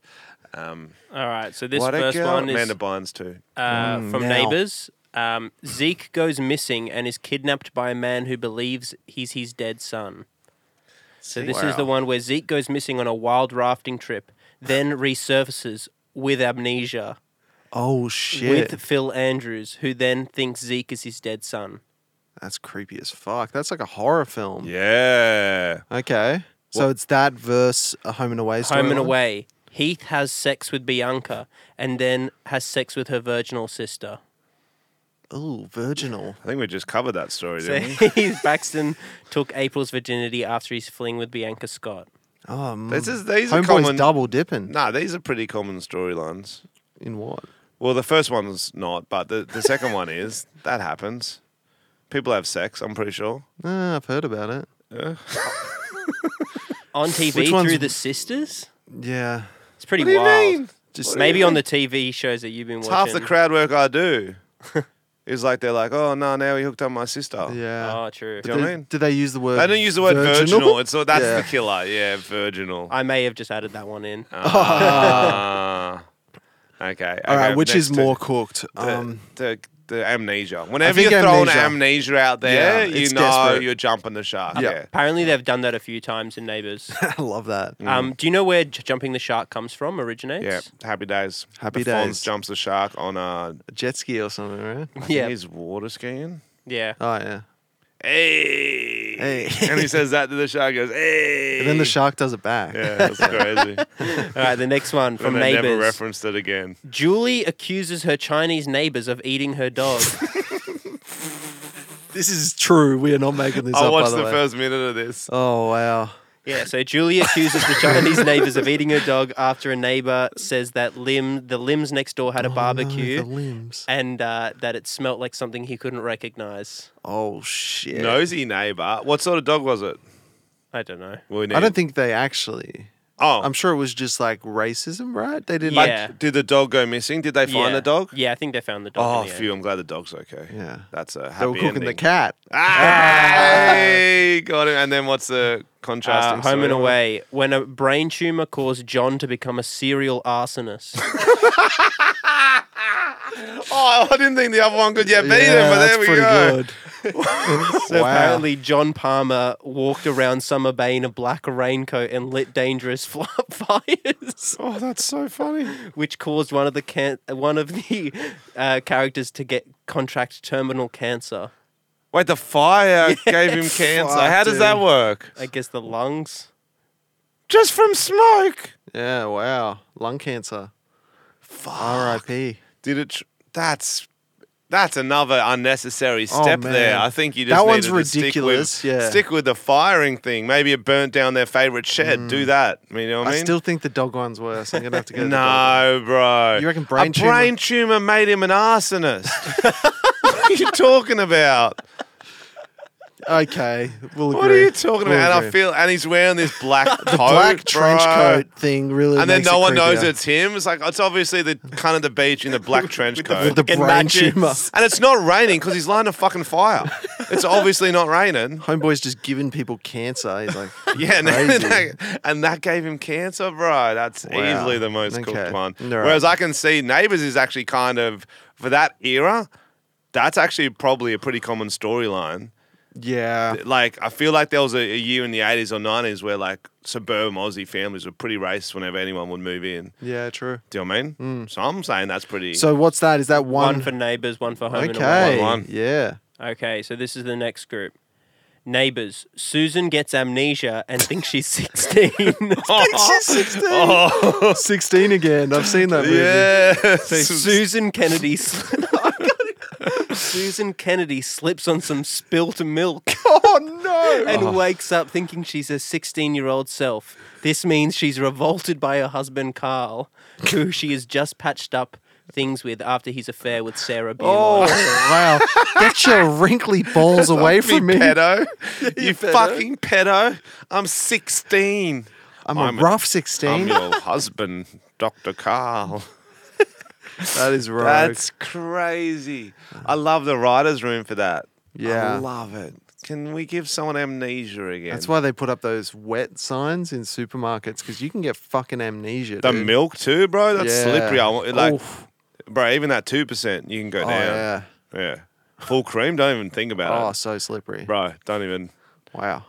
Speaker 2: Um,
Speaker 5: All right. So this
Speaker 2: what a
Speaker 5: first
Speaker 2: girl.
Speaker 5: one is
Speaker 2: Amanda Mm, Bynes, too.
Speaker 5: uh, from
Speaker 1: now.
Speaker 5: Neighbours. Um, Zeke goes missing and is kidnapped by a man who believes he's his dead son. So this is the one where Zeke goes missing on a wild rafting trip, then resurfaces with amnesia
Speaker 1: Oh shit.
Speaker 5: with Phil Andrews, who then thinks Zeke is his dead son.
Speaker 1: That's creepy as fuck. That's like a horror film.
Speaker 2: Yeah.
Speaker 1: Okay. So it's that verse a home and away.
Speaker 5: Home and
Speaker 1: storyline?
Speaker 5: away. Heath has sex with Bianca and then has sex with her virginal sister.
Speaker 1: Ooh, virginal.
Speaker 2: I think we just covered that story,
Speaker 5: So
Speaker 2: didn't we?
Speaker 5: Heath Baxton took April's virginity after his fling with Bianca Scott.
Speaker 1: Oh, mm.
Speaker 2: This is, these are
Speaker 1: homeboy's
Speaker 2: common.
Speaker 1: double dipping.
Speaker 2: Nah, these are pretty common storylines.
Speaker 1: In what?
Speaker 2: Well, the first one's not, but the, the second one is. That happens. People have sex, I'm pretty sure.
Speaker 1: Ah, I've heard about it.
Speaker 5: on TV
Speaker 1: Which one's-
Speaker 5: through the sisters.
Speaker 1: Yeah.
Speaker 5: It's pretty
Speaker 2: What do you
Speaker 5: wild.
Speaker 2: mean? What
Speaker 5: Just
Speaker 2: do
Speaker 5: maybe
Speaker 2: you
Speaker 5: on the TV shows that you've been
Speaker 2: It's
Speaker 5: watching.
Speaker 2: half the crowd work I do. It's like they're like, oh no, now he hooked up my sister.
Speaker 1: Yeah.
Speaker 5: Oh, true.
Speaker 2: Do you know what I mean?
Speaker 1: Did they use the word?
Speaker 2: They don't use the word virginal. It's that's
Speaker 1: Yeah.
Speaker 2: the killer. Yeah, virginal.
Speaker 5: I may have just added that one in.
Speaker 2: Ah. okay.
Speaker 1: All right,
Speaker 2: okay,
Speaker 1: which is
Speaker 2: next to-
Speaker 1: more cooked?
Speaker 2: the,
Speaker 1: Um,
Speaker 2: the, the amnesia. Whenever you
Speaker 1: think
Speaker 2: throw throwing
Speaker 1: amnesia.
Speaker 2: amnesia out
Speaker 1: Yeah,
Speaker 2: there, you
Speaker 1: it's
Speaker 2: know
Speaker 1: desperate.
Speaker 2: you're jumping the shark.
Speaker 1: Yeah.
Speaker 2: Yeah.
Speaker 5: Apparently, they've done that a few times in Neighbours.
Speaker 1: I love that.
Speaker 2: Mm.
Speaker 1: Uh,
Speaker 5: um, do you know where J- Jumping the Shark comes from? Originates.
Speaker 2: Yeah. Happy days.
Speaker 1: Happy
Speaker 2: the Fonz
Speaker 1: days.
Speaker 2: jumps the shark on a.
Speaker 1: A jet ski or something, right?
Speaker 5: Yeah.
Speaker 2: He's water skiing.
Speaker 5: Yeah.
Speaker 1: Oh yeah.
Speaker 2: Hey.
Speaker 1: Hey.
Speaker 2: and he says that to the shark. Goes hey.
Speaker 1: And then the shark does it back.
Speaker 2: Yeah, that's crazy.
Speaker 5: All right. The next one from
Speaker 2: and they never
Speaker 5: Neighbours.
Speaker 2: referenced it again.
Speaker 5: Julie accuses her Chinese neighbors of eating her dog.
Speaker 1: This is true. We are not making this
Speaker 2: I
Speaker 1: up. by
Speaker 2: watched
Speaker 1: the,
Speaker 2: Oh, the
Speaker 1: way.
Speaker 2: first minute of this.
Speaker 1: Oh wow.
Speaker 5: yeah. So Julie accuses the Chinese neighbors of eating her dog after a neighbor says that limb, the limbs next door had a barbecue.
Speaker 1: Oh, the limbs.
Speaker 5: and uh, that it smelt like something he couldn't recognize.
Speaker 1: Oh shit.
Speaker 2: Nosy neighbor. What sort of dog was it?
Speaker 5: I don't know.
Speaker 2: We
Speaker 1: I
Speaker 2: need-
Speaker 1: don't think they actually.
Speaker 2: Oh,
Speaker 1: I'm sure it was just like racism, right? They didn't.
Speaker 5: Yeah.
Speaker 2: did the dog go missing? Did they find
Speaker 5: yeah.
Speaker 2: the dog?
Speaker 5: Yeah, I think they found the dog.
Speaker 2: Oh,
Speaker 5: in the
Speaker 2: phew!
Speaker 5: end.
Speaker 2: I'm glad the dog's okay.
Speaker 1: Yeah.
Speaker 2: that's a happy
Speaker 1: They were cooking
Speaker 2: ending.
Speaker 1: the cat.
Speaker 2: Hey, got him. And then what's the
Speaker 5: Uh,
Speaker 2: contrasting?
Speaker 5: home and
Speaker 2: storyline?
Speaker 5: away. When a brain tumor caused John to become a serial arsonist.
Speaker 2: Oh, I didn't think the other one could yet beat him, but
Speaker 1: that's
Speaker 2: there we
Speaker 1: pretty
Speaker 2: go.
Speaker 1: good.
Speaker 5: so
Speaker 1: wow.
Speaker 5: apparently, John Palmer walked around Summer Bay in a black raincoat and lit dangerous fl- fires,
Speaker 2: Oh, that's so funny.
Speaker 5: which caused one of the can- one of the uh, characters to get contract terminal cancer.
Speaker 2: Wait, the fire gave him cancer.
Speaker 1: Fuck,
Speaker 2: How does
Speaker 1: dude.
Speaker 2: that work?
Speaker 5: I guess the lungs.
Speaker 2: Just from smoke.
Speaker 1: Yeah. Wow. Lung cancer. R.I.P.
Speaker 2: Did it? Tr- that's that's another unnecessary
Speaker 1: Oh,
Speaker 2: step there.
Speaker 1: man.
Speaker 2: I think you
Speaker 1: That
Speaker 2: just
Speaker 1: one's
Speaker 2: needed to
Speaker 1: ridiculous,
Speaker 2: Stick with,
Speaker 1: yeah.
Speaker 2: stick with the firing thing. Maybe it burnt down their favorite shed. Do that. I mean, you know what Mm. I
Speaker 1: I
Speaker 2: mean?
Speaker 1: still think the dog one's worse. I'm gonna have to go. to the dog one.
Speaker 2: no, bro.
Speaker 1: You reckon brain
Speaker 2: a
Speaker 1: tumor-
Speaker 2: brain tumor made him an arsonist? what are you talking about?
Speaker 1: Okay. We'll agree.
Speaker 2: What are you talking
Speaker 1: We'll
Speaker 2: about? And I
Speaker 1: agree.
Speaker 2: feel, and he's wearing this black coat,
Speaker 1: black trench
Speaker 2: bro.
Speaker 1: coat thing really.
Speaker 2: Oh, and then
Speaker 1: makes
Speaker 2: no
Speaker 1: it
Speaker 2: one knows
Speaker 1: creepier.
Speaker 2: it's him. It's like it's obviously the cunt of the beach in the black trench coat.
Speaker 1: with the
Speaker 5: fucking
Speaker 1: brain
Speaker 5: matches.
Speaker 1: tumor.
Speaker 2: And it's not raining because he's lighting a fucking fire. It's obviously not raining.
Speaker 1: Homeboy's just giving people cancer. He's like,
Speaker 2: Yeah, and,
Speaker 1: Crazy.
Speaker 2: that, and that gave him cancer, bro. That's
Speaker 1: Wow.
Speaker 2: easily the most
Speaker 1: Okay.
Speaker 2: cooked one.
Speaker 1: All right.
Speaker 2: Whereas I can see Neighbours is actually kind of for that era. That's actually probably a pretty common storyline.
Speaker 1: yeah,
Speaker 2: Like I feel like there was a, a year in the eighties or nineties where like suburban Aussie families were pretty racist whenever anyone would move in.
Speaker 1: yeah, true.
Speaker 2: Do you know what I mean? So I'm saying that's pretty.
Speaker 1: Hmm. So what's that? Is that one?
Speaker 5: One, for neighbors, one for home and away.
Speaker 1: okay,
Speaker 2: one.
Speaker 1: yeah.
Speaker 5: Okay, so this is the next group. Neighbors. Susan gets amnesia and thinks she's 16.
Speaker 1: Oh,
Speaker 2: Oh.
Speaker 1: Sixteen. Sixteen again. I've seen that movie.
Speaker 2: yeah,
Speaker 5: Susan Kennedy. sl- Susan Kennedy slips on some spilt milk
Speaker 1: Oh no!
Speaker 5: and wakes up thinking she's her 16 year old self. This means she's revolted by her husband, Carl, who she has just patched up things with after his affair with Sarah
Speaker 1: Oh
Speaker 5: Beelon.
Speaker 1: wow! Get your wrinkly balls away from me.
Speaker 2: pedo. you fucking pedo. I'm 16.
Speaker 1: I'm a
Speaker 2: I'm a-
Speaker 1: rough
Speaker 2: I'm
Speaker 1: 16
Speaker 2: your husband, Dr. Carl.
Speaker 1: That is rough.
Speaker 2: That's crazy. I love the writer's room for that.
Speaker 1: Yeah.
Speaker 2: I love it. Can we give someone amnesia again?
Speaker 1: That's why they put up those wet signs in supermarkets because you can get fucking amnesia.
Speaker 2: The
Speaker 1: dude.
Speaker 2: milk too, bro. That's
Speaker 1: Yeah.
Speaker 2: slippery. I want it like,
Speaker 1: Oof.
Speaker 2: bro. Even that two percent, you can go
Speaker 1: Oh
Speaker 2: down.
Speaker 1: yeah.
Speaker 2: yeah, full cream. Don't even think about
Speaker 1: Oh,
Speaker 2: it,
Speaker 1: so slippery.
Speaker 2: Uh, bro. Don't even.
Speaker 1: Wow.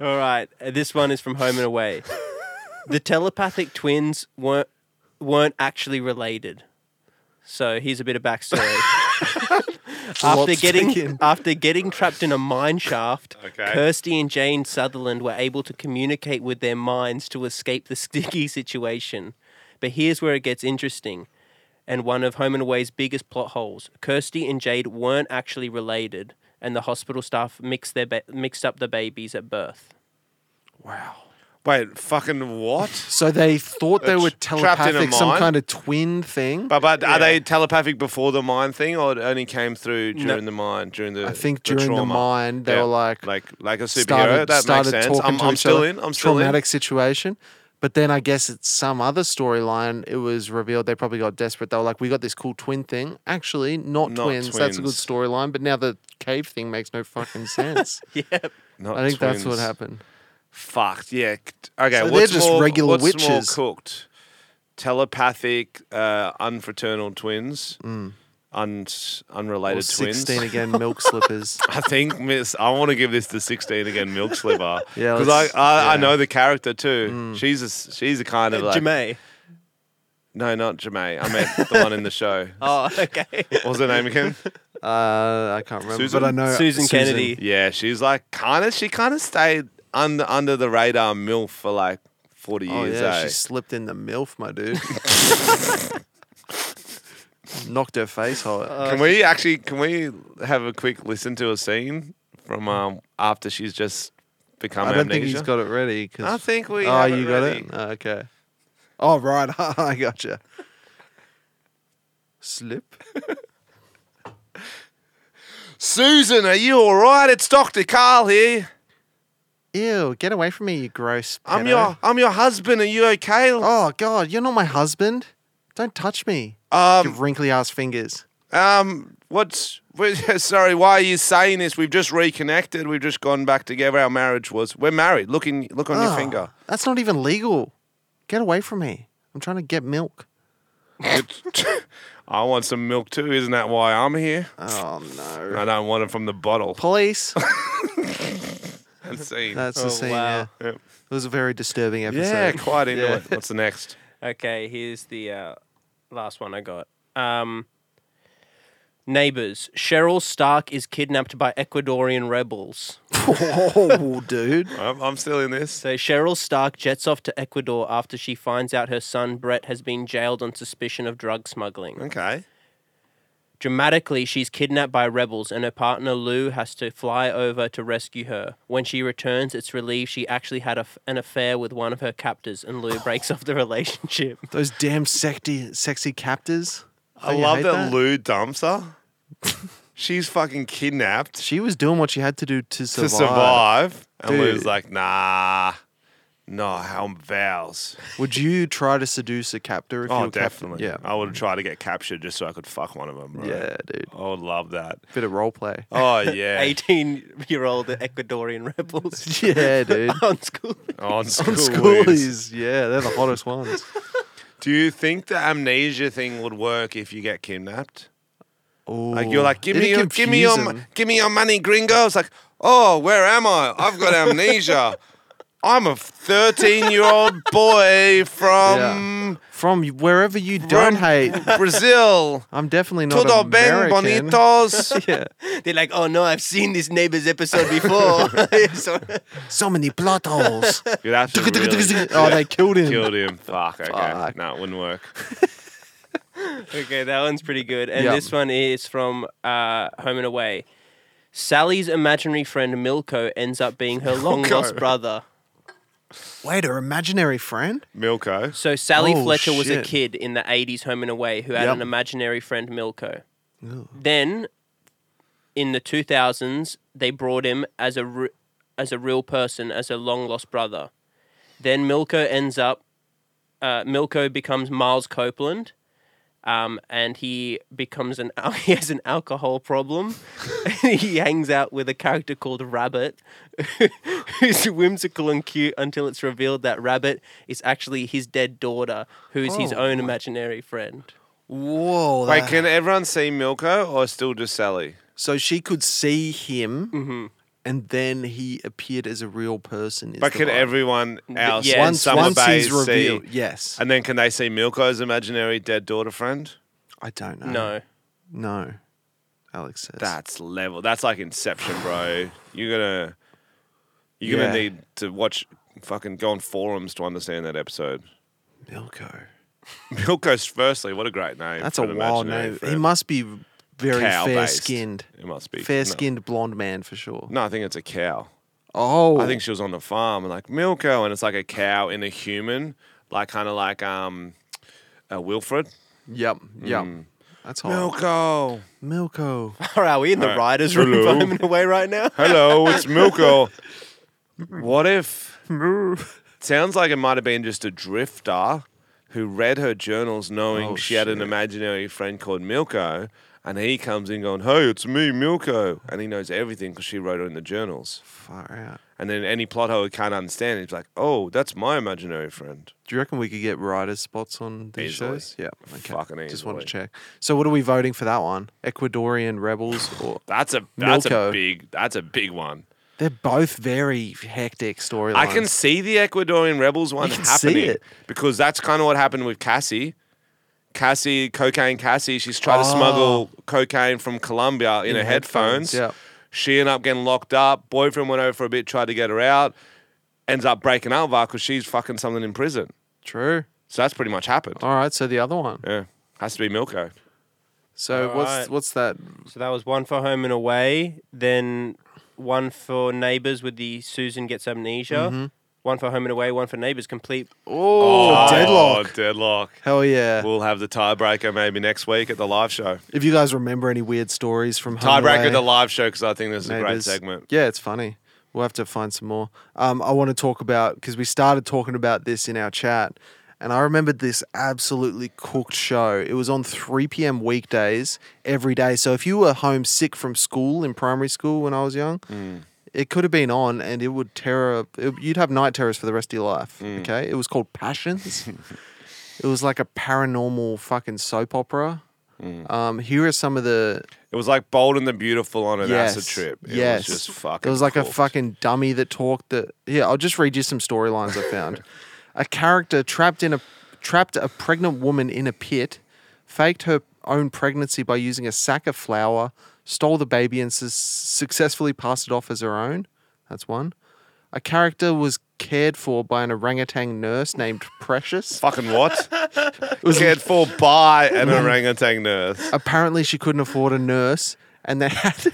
Speaker 5: All right, uh, this one is from Home and Away. the telepathic twins weren't weren't actually related. So here's a bit of backstory. after
Speaker 1: Lots
Speaker 5: getting
Speaker 1: taken.
Speaker 5: after getting trapped in a mine shaft,
Speaker 2: Okay.
Speaker 5: Kirsty and Jane Sutherland were able to communicate with their minds to escape the sticky situation. But here's where it gets interesting, and one of Home and Away's biggest plot holes. Kirsty and Jade weren't actually related, and the hospital staff mixed their ba- mixed up the babies at birth.
Speaker 2: Wait, fucking what?
Speaker 1: So they thought they
Speaker 2: It's
Speaker 1: were
Speaker 2: trapped in a
Speaker 1: telepathic, some
Speaker 2: mind?
Speaker 1: kind of twin thing.
Speaker 2: But, but are they telepathic before the mind thing, or it only came through
Speaker 1: No.
Speaker 2: during the mind? During the
Speaker 1: I think
Speaker 2: the
Speaker 1: during the
Speaker 2: trauma?
Speaker 1: mind, they
Speaker 2: Yeah.
Speaker 1: were like,
Speaker 2: like like a superhero.
Speaker 1: started,
Speaker 2: that
Speaker 1: started
Speaker 2: makes sense.
Speaker 1: talking
Speaker 2: I'm,
Speaker 1: to
Speaker 2: I'm
Speaker 1: each
Speaker 2: still
Speaker 1: other.
Speaker 2: in. I'm still
Speaker 1: traumatic situation. But then I guess it's some other storyline. It was revealed they probably got desperate. They were like, "We got this cool twin thing. Actually, not,
Speaker 2: Not
Speaker 1: twins. That's a good
Speaker 2: twins.
Speaker 1: storyline." But now the cave thing makes no fucking sense.
Speaker 5: yeah,
Speaker 2: in. Not
Speaker 1: I think that's what
Speaker 2: twins.
Speaker 1: happened.
Speaker 2: Fucked. Yeah. c- Okay.
Speaker 1: So they're
Speaker 2: what's
Speaker 1: just
Speaker 2: more,
Speaker 1: regular
Speaker 2: what's
Speaker 1: witches.
Speaker 2: More cooked, telepathic, uh, unfraternal twins,
Speaker 1: Mm.
Speaker 2: un-
Speaker 1: Or
Speaker 2: unrelated twins.
Speaker 1: Sixteen again, milk slippers.
Speaker 2: I think Miss. I want to give this to sixteen again, Milk Sliver.
Speaker 1: Yeah,
Speaker 2: because I
Speaker 1: let's-
Speaker 2: I, I
Speaker 1: yeah. Mm. Uh,
Speaker 2: know the character too. She's a s- she's a kind of like
Speaker 5: Jemay.
Speaker 2: no, not Jemay. I meant the one in the show.
Speaker 5: Oh, okay.
Speaker 2: What was her name again?
Speaker 1: Uh, I can't remember,
Speaker 2: Susan?
Speaker 1: but I know
Speaker 5: Susan Kennedy.
Speaker 2: Yeah, she's like kind of. She kind of stayed under under the radar milf for like forty
Speaker 1: Oh
Speaker 2: years.
Speaker 1: yeah,
Speaker 2: eh?
Speaker 1: she slipped in the milf, my dude. Knocked her face hot.
Speaker 2: Can we actually? Can we have a quick listen to a scene from um, after she's just become
Speaker 1: I don't
Speaker 2: amnesia?
Speaker 1: think he's got it ready. Cause...
Speaker 2: I think we.
Speaker 1: Oh,
Speaker 2: have
Speaker 1: you got
Speaker 2: ready.
Speaker 1: it? Oh, okay. Oh, right. I gotcha. Slip.
Speaker 2: Susan, are you all right? It's Doctor Carl here.
Speaker 1: Ew, get away from me, you gross.
Speaker 2: I'm
Speaker 1: pedo.
Speaker 2: your I'm your husband. Are you okay?
Speaker 1: Oh, God, you're not my husband. Don't touch me.
Speaker 2: Um,
Speaker 1: Your wrinkly ass fingers.
Speaker 2: Um, what's we- sorry? Why are you saying this? We've just reconnected. We've just gone back together. Our marriage was. We're married. Look in, look on your
Speaker 1: Ugh,
Speaker 2: finger.
Speaker 1: Ah, That's not even legal. Get away from me. I'm trying to get milk.
Speaker 2: It's- I want some milk too. Isn't that why I'm here?
Speaker 1: Oh, no.
Speaker 2: I don't want it from the bottle.
Speaker 1: Police.
Speaker 2: Let's see.
Speaker 1: That's the scene,
Speaker 5: wow.
Speaker 1: yeah. It was a very disturbing episode.
Speaker 2: Oh, yeah, quite into
Speaker 5: Yeah.
Speaker 2: it. What's the next?
Speaker 5: Okay, here's the uh, last one I got. Um, neighbors. Cheryl Stark is kidnapped by Ecuadorian rebels.
Speaker 1: oh, dude.
Speaker 2: I'm, I'm still in this.
Speaker 5: So Cheryl Stark jets off to Ecuador after she finds out her son Brett has been jailed on suspicion of drug smuggling.
Speaker 2: Okay.
Speaker 5: Dramatically, she's kidnapped by rebels and her partner Lou has to fly over to rescue her. When she returns, it's relieved she actually had a f an affair with one of her captors and Lou breaks off the relationship.
Speaker 1: Those damn sexy, sexy captors. Don't
Speaker 2: I
Speaker 1: Oh, you
Speaker 2: love
Speaker 1: hate
Speaker 2: that, Lou dumps her. She's fucking kidnapped
Speaker 1: She was doing what she had to do to survive.
Speaker 2: to survive, and Lou's
Speaker 1: Dude.
Speaker 2: like, nah, no, I'm vows.
Speaker 1: Would you try to seduce a captor? If you
Speaker 2: Oh,
Speaker 1: were captain?
Speaker 2: definitely. I would try to get captured just so I could fuck one of them. Bro.
Speaker 1: Yeah. Yeah, dude.
Speaker 2: I would love that.
Speaker 1: Bit of role play.
Speaker 2: Oh yeah.
Speaker 5: 18 year old Ecuadorian rebels
Speaker 1: Yeah, dude.
Speaker 5: on school.
Speaker 2: On school. leaves.
Speaker 1: Schoolies. Yeah, they're the hottest ones.
Speaker 2: Do you think the amnesia thing would work if you get kidnapped? Like
Speaker 1: Ooh.
Speaker 2: you're like, give
Speaker 1: It'd
Speaker 2: me your, give me your,
Speaker 1: confuse
Speaker 2: mo-
Speaker 1: 'em.
Speaker 2: give me your money, gringo. It's like, oh, where am I? I've got amnesia. I'm a 13 year old boy from
Speaker 1: From wherever you don't hate.
Speaker 2: Brazil.
Speaker 1: I'm definitely not
Speaker 2: Tudo bem,
Speaker 1: American.
Speaker 2: bonitos.
Speaker 1: Yeah.
Speaker 5: They're like, oh no, I've seen this neighbors episode before. Sorry.
Speaker 1: So many plot holes.
Speaker 2: You'd have to really
Speaker 1: oh, they killed him.
Speaker 2: killed him. Fuck. Okay.
Speaker 1: Fuck.
Speaker 2: No, it wouldn't work.
Speaker 5: Okay, that one's pretty good. And
Speaker 1: Yep.
Speaker 5: this one is from uh, Home and Away. Sally's imaginary friend Milko ends up being her long lost brother.
Speaker 1: Wait, her imaginary friend?
Speaker 2: Milko.
Speaker 5: So Sally
Speaker 1: Oh,
Speaker 5: Fletcher was a
Speaker 1: shit.
Speaker 5: kid in the 80s Home and Away who had
Speaker 1: Yep.
Speaker 5: an imaginary friend Milko. Then in the 2000s they brought him as a re- as a real person as a long lost brother. Then Milko ends up uh, Milko becomes Miles Copeland. Um, and he becomes an he has an alcohol problem. he hangs out with a character called Rabbit, who's whimsical and cute until it's revealed that Rabbit is actually his dead daughter, who is his own imaginary friend.
Speaker 1: Whoa.
Speaker 2: Wait,
Speaker 1: that-
Speaker 2: can everyone see Milko or still just Sally?
Speaker 1: so she could see him,
Speaker 2: Mm-hmm.
Speaker 1: and then he appeared as a real person. is
Speaker 2: But
Speaker 1: the
Speaker 2: can
Speaker 1: vibe.
Speaker 2: everyone else
Speaker 5: yeah.
Speaker 2: in
Speaker 1: once,
Speaker 2: Summer
Speaker 1: once
Speaker 2: Bay
Speaker 1: he's
Speaker 2: see?
Speaker 1: revealed, yes.
Speaker 2: And then can they see Milko's imaginary dead daughter friend?
Speaker 1: I don't know.
Speaker 5: No,
Speaker 1: No. Alex says.
Speaker 2: That's level. That's like Inception, bro. You're gonna you're gonna
Speaker 1: Yeah.
Speaker 2: need to watch fucking go on forums to understand that episode.
Speaker 1: Milko.
Speaker 2: Milko's firstly, what a great name.
Speaker 1: That's
Speaker 2: for
Speaker 1: a
Speaker 2: an
Speaker 1: wild
Speaker 2: imaginary
Speaker 1: name. He
Speaker 2: friend.
Speaker 1: must be very
Speaker 2: Cow-based.
Speaker 1: fair skinned.
Speaker 2: It must be
Speaker 1: Fair skinned blonde man for sure.
Speaker 2: No, no, I think it's a cow.
Speaker 1: Oh,
Speaker 2: I think she was on the farm, like Milko, and it's like a cow and a human, like kind of like um, uh, Wilfred.
Speaker 1: Yep. Yep.
Speaker 2: Mm.
Speaker 1: That's hot.
Speaker 2: Milko.
Speaker 1: Milko.
Speaker 5: Or are we in the
Speaker 2: Alright.
Speaker 5: writer's room
Speaker 2: Hello.
Speaker 5: room in a way right now?
Speaker 2: Hello, it's Milko. what if? Sounds like it might have been just a drifter who read her journals knowing
Speaker 1: Oh,
Speaker 2: she had an
Speaker 1: shit.
Speaker 2: imaginary friend called Milko. And he comes in going, Hey, it's me, Milko. And he knows everything because she wrote it in the journals.
Speaker 1: Far out.
Speaker 2: And then any plot hole he can't understand, he's like, Oh, that's my imaginary friend.
Speaker 1: Do you reckon we could get writers' spots on these
Speaker 2: Easily.
Speaker 1: shows? Yeah. Okay.
Speaker 2: Fucking
Speaker 1: Just want to
Speaker 2: easily.
Speaker 1: check. So, what are we voting for that one? Ecuadorian rebels or
Speaker 2: That's a that's a
Speaker 1: Milko.
Speaker 2: big that's a big one.
Speaker 1: They're both very hectic storylines.
Speaker 2: I can see the Ecuadorian rebels one
Speaker 1: can see
Speaker 2: happening
Speaker 1: it.
Speaker 2: because that's kind of what happened with Cassie. Cassie, cocaine Cassie, she's trying to smuggle cocaine from Colombia in, her headphones.
Speaker 1: Oh. headphones,
Speaker 2: She ended up getting locked up. Boyfriend went over for a bit, tried to get her out. Ends up breaking up because she's fucking someone in prison.
Speaker 1: True.
Speaker 2: So that's pretty much happened.
Speaker 1: All right. So the other one.
Speaker 2: Yeah, has to be Milko.
Speaker 1: So what's
Speaker 5: right.
Speaker 1: what's that?
Speaker 5: So that was one for Home and Away, then one for Neighbours with the Susan Gets Amnesia, one for Home and Away, one for Neighbours, complete.
Speaker 1: Oh, deadlock.
Speaker 2: Oh, deadlock.
Speaker 1: Hell yeah!
Speaker 2: We'll have the tiebreaker maybe next week at the live show.
Speaker 1: if you guys remember any weird stories from Home
Speaker 2: Tiebreaker at
Speaker 1: Away,
Speaker 2: the live show because I think this is a great
Speaker 1: Neighbours.
Speaker 2: segment.
Speaker 1: Yeah, it's funny. We'll have to find some more. Um, I want to talk about because we started talking about this in our chat, and I remembered this absolutely cooked show. It was on 3 p.m. weekdays every day. So if you were homesick from school in primary school when I was young,
Speaker 2: Mm.
Speaker 1: it could have been on, and it would terror. It, you'd have night terrors for the rest of your life.
Speaker 2: Mm.
Speaker 1: Okay, it was called Passions. it was like a paranormal fucking soap opera.
Speaker 2: Mm.
Speaker 1: Um, here are some of the
Speaker 2: It was like Bold and the Beautiful on an acid
Speaker 1: Yes.
Speaker 2: trip. It
Speaker 1: yes.
Speaker 2: was just fucking.
Speaker 1: It was like a
Speaker 2: cooked.
Speaker 1: fucking dummy that talked. That yeah, I'll just read you some storylines I found. a character trapped in a trapped a pregnant woman in a pit, faked her own pregnancy by using a sack of flour, stole the baby and su- successfully passed it off as her own. That's one. A character was cared for by an orangutan nurse named Precious.
Speaker 2: Fucking what? it was cared for by an orangutan nurse.
Speaker 1: apparently she couldn't afford a nurse and they had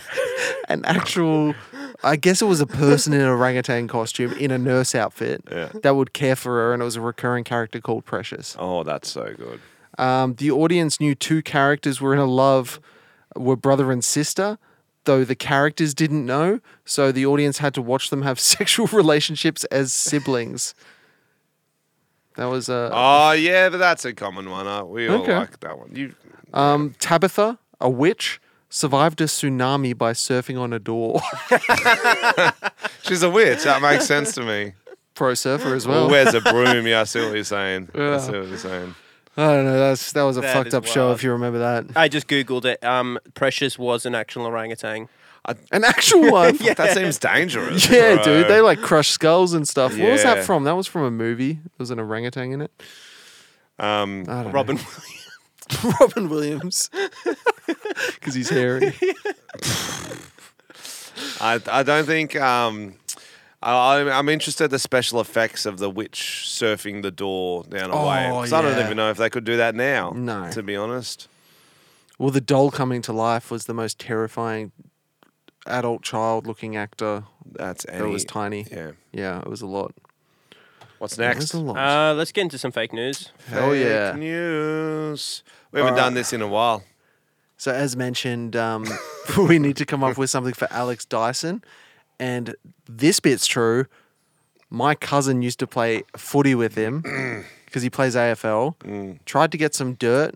Speaker 1: an actual I guess it was a person in an orangutan costume in a nurse outfit
Speaker 2: Yeah.
Speaker 1: that would care for her and it was a recurring character called Precious.
Speaker 2: Oh, that's so good.
Speaker 1: Um, the audience knew two characters were in a love were brother and sister though the characters didn't know so the audience had to watch them have sexual relationships as siblings. That was uh, a
Speaker 2: Oh yeah, but that's a common one. Uh, we all
Speaker 1: Okay.
Speaker 2: like that one. You
Speaker 1: Um, Tabitha, a witch, survived a tsunami by surfing on a door.
Speaker 2: She's a witch. That makes sense to me.
Speaker 1: Pro surfer as
Speaker 2: Well,
Speaker 1: well.
Speaker 2: where's a broom? Yeah, I see what you're saying. I
Speaker 1: Yeah.
Speaker 2: see what you're saying.
Speaker 1: I don't know. That's that was a
Speaker 5: That
Speaker 1: fucked
Speaker 5: is
Speaker 1: up show.
Speaker 5: wild.
Speaker 1: If you remember that,
Speaker 5: I just googled it. Um, Precious was an actual orangutan.
Speaker 1: an actual one. yeah,
Speaker 2: That seems dangerous.
Speaker 1: dude. They
Speaker 2: bro.
Speaker 1: like crush skulls and stuff. What was
Speaker 2: Yeah.
Speaker 1: that from? That was from a movie. There was an orangutan in it.
Speaker 2: um,
Speaker 1: I don't
Speaker 5: Robin,
Speaker 1: know. Robin Williams, because he's hairy.
Speaker 2: I, I don't think um, I, I'm- I'm interested the special effects of the witch surfing the door down a
Speaker 1: Oh,
Speaker 2: wave. 'Cause I don't
Speaker 1: yeah.
Speaker 2: even know if they could do that now.
Speaker 1: No.
Speaker 2: to be honest.
Speaker 1: Well, the doll coming to life was the most terrifying adult child-looking actor.
Speaker 2: That's any.
Speaker 1: That was tiny.
Speaker 2: Yeah.
Speaker 1: Yeah, it was a lot.
Speaker 2: What's
Speaker 1: It was
Speaker 2: next?
Speaker 1: a lot.
Speaker 5: uh, let's get into some fake news.
Speaker 1: Hell
Speaker 2: Fake
Speaker 1: yeah.
Speaker 2: News. We haven't
Speaker 1: Uh,
Speaker 2: done this in a while.
Speaker 1: So, as mentioned, um, we need to come up with something for Alex Dyson. And this bit's true. My cousin used to play footy with him because he plays AFL. Tried to get some dirt.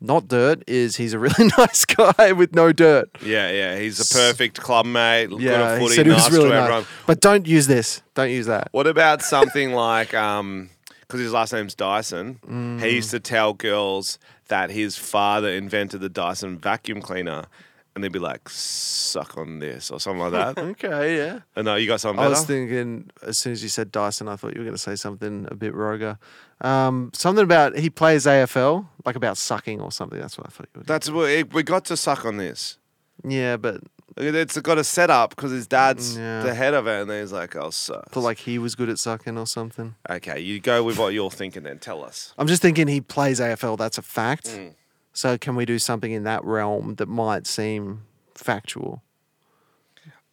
Speaker 1: Not dirt is he's a really nice guy with no dirt.
Speaker 2: Yeah, yeah. He's a perfect club mate. Yeah, good
Speaker 1: Yeah,
Speaker 2: at
Speaker 1: he
Speaker 2: footy,
Speaker 1: said he
Speaker 2: nice
Speaker 1: was really
Speaker 2: to
Speaker 1: nice.
Speaker 2: everyone.
Speaker 1: But don't use this. Don't use that.
Speaker 2: What about something like um 'cause because his last name's Dyson, he used to tell girls that his father invented the Dyson vacuum cleaner, and they'd be like, "Suck on this" or something like that.
Speaker 1: Okay, yeah.
Speaker 2: Uh, no, you got something
Speaker 1: I
Speaker 2: better.
Speaker 1: was thinking as soon as you said Dyson, I thought you were going to say something a bit roger. Um, something about he plays AFL, like about sucking or something. That's what I thought you were.
Speaker 2: That's what it, we got to suck on this.
Speaker 1: yeah, but
Speaker 2: It's got a setup because his dad's
Speaker 1: Yeah.
Speaker 2: the head of it, and he's like, "Oh, suck."
Speaker 1: thought like he was good at sucking or something.
Speaker 2: Okay, you go with what you're thinking. Then tell us.
Speaker 1: I'm just thinking he plays AFL. That's a fact.
Speaker 2: Mm.
Speaker 1: So can we do something in that realm that might seem factual?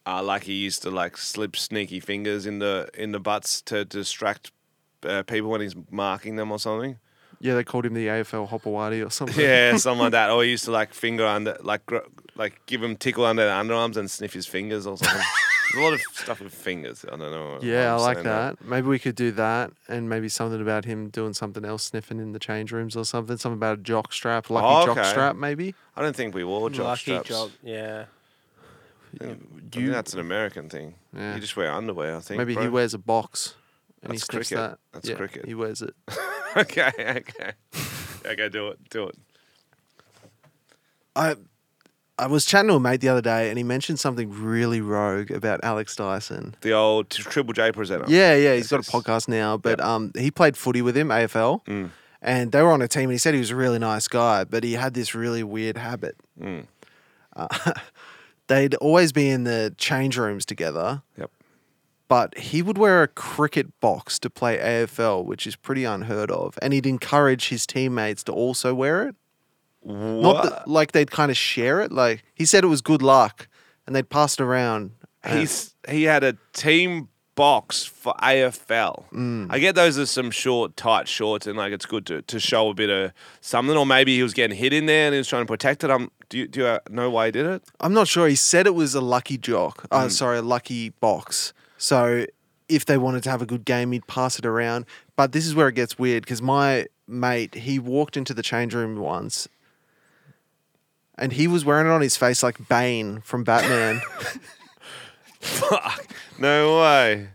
Speaker 2: uh, like he used to like slip sneaky fingers in the in the butts to distract uh, people when he's marking them or something.
Speaker 1: Yeah, they called him the AFL Hopawati or something.
Speaker 2: Yeah, something like that. Or he used to like finger under, like gr- like give him tickle under the underarms and sniff his fingers or something. There's a lot of stuff with fingers. I don't know. why
Speaker 1: Yeah,
Speaker 2: I'm
Speaker 1: I like
Speaker 2: saying
Speaker 1: that. Maybe we could do that, and maybe something about him doing something else, sniffing in the change rooms or something. Something about a jock strap, lucky
Speaker 2: Oh,
Speaker 1: jock
Speaker 2: okay.
Speaker 1: strap, maybe.
Speaker 2: I don't think we wore jock straps.
Speaker 5: Yeah.
Speaker 2: I think- I think that's an American thing.
Speaker 1: Yeah.
Speaker 2: You just wear underwear, I think.
Speaker 1: maybe he
Speaker 2: bro.
Speaker 1: wears a box. And
Speaker 2: That's
Speaker 1: he sniffs
Speaker 2: cricket.
Speaker 1: That.
Speaker 2: That's
Speaker 1: Yeah,
Speaker 2: cricket.
Speaker 1: He wears it.
Speaker 2: okay, okay, okay. Do it, do it.
Speaker 1: I I was chatting to a mate the other day, and he mentioned something really rogue about Alex Dyson.
Speaker 2: The old t- Triple J presenter.
Speaker 1: Yeah, yeah, he's got a podcast now, but um, he played footy with him, AFL,
Speaker 2: Mm.
Speaker 1: and they were on a team. And he said he was a really nice guy, but he had this really weird habit.
Speaker 2: Mm.
Speaker 1: Uh, they'd always be in the change rooms together.
Speaker 2: Yep.
Speaker 1: But he would wear a cricket box to play AFL, which is pretty unheard of, and he'd encourage his teammates to also wear it. Not that, like they'd kind of share it. Like he said, it was good luck, and they'd pass it around.
Speaker 2: He's he had a team box for AFL.
Speaker 1: Mm.
Speaker 2: I get those are some short, tight shorts, and like it's good to, to show a bit of something. Or maybe he was getting hit in there and he was trying to protect it. Um, do you, do you uh, know why he did it?
Speaker 1: I'm not sure. He said it was a lucky jock. Uh, sorry, a lucky box. So if they wanted to have a good game, he'd pass it around. But this is where it gets weird because my mate, he walked into the change room once and he was wearing it on his face like Bane from Batman.
Speaker 2: Fuck. No way.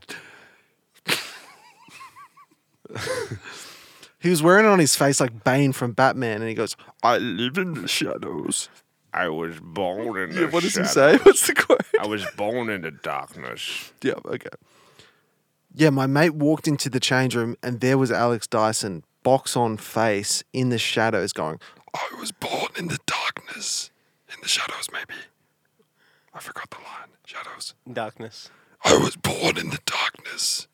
Speaker 1: he was wearing it on his face like Bane from Batman and he goes, I live in the shadows.
Speaker 2: I was born in.
Speaker 1: Yeah,
Speaker 2: the
Speaker 1: what does he say?
Speaker 2: shadow.
Speaker 1: What's the quote?
Speaker 2: I was born in the darkness.
Speaker 1: Yeah, okay. Yeah, my mate walked into the change room and there was Alex Dyson, box on face in the shadows, going, I was born in the darkness, in the shadows, maybe. I forgot the line. Shadows.
Speaker 5: Darkness.
Speaker 1: I was born in the darkness.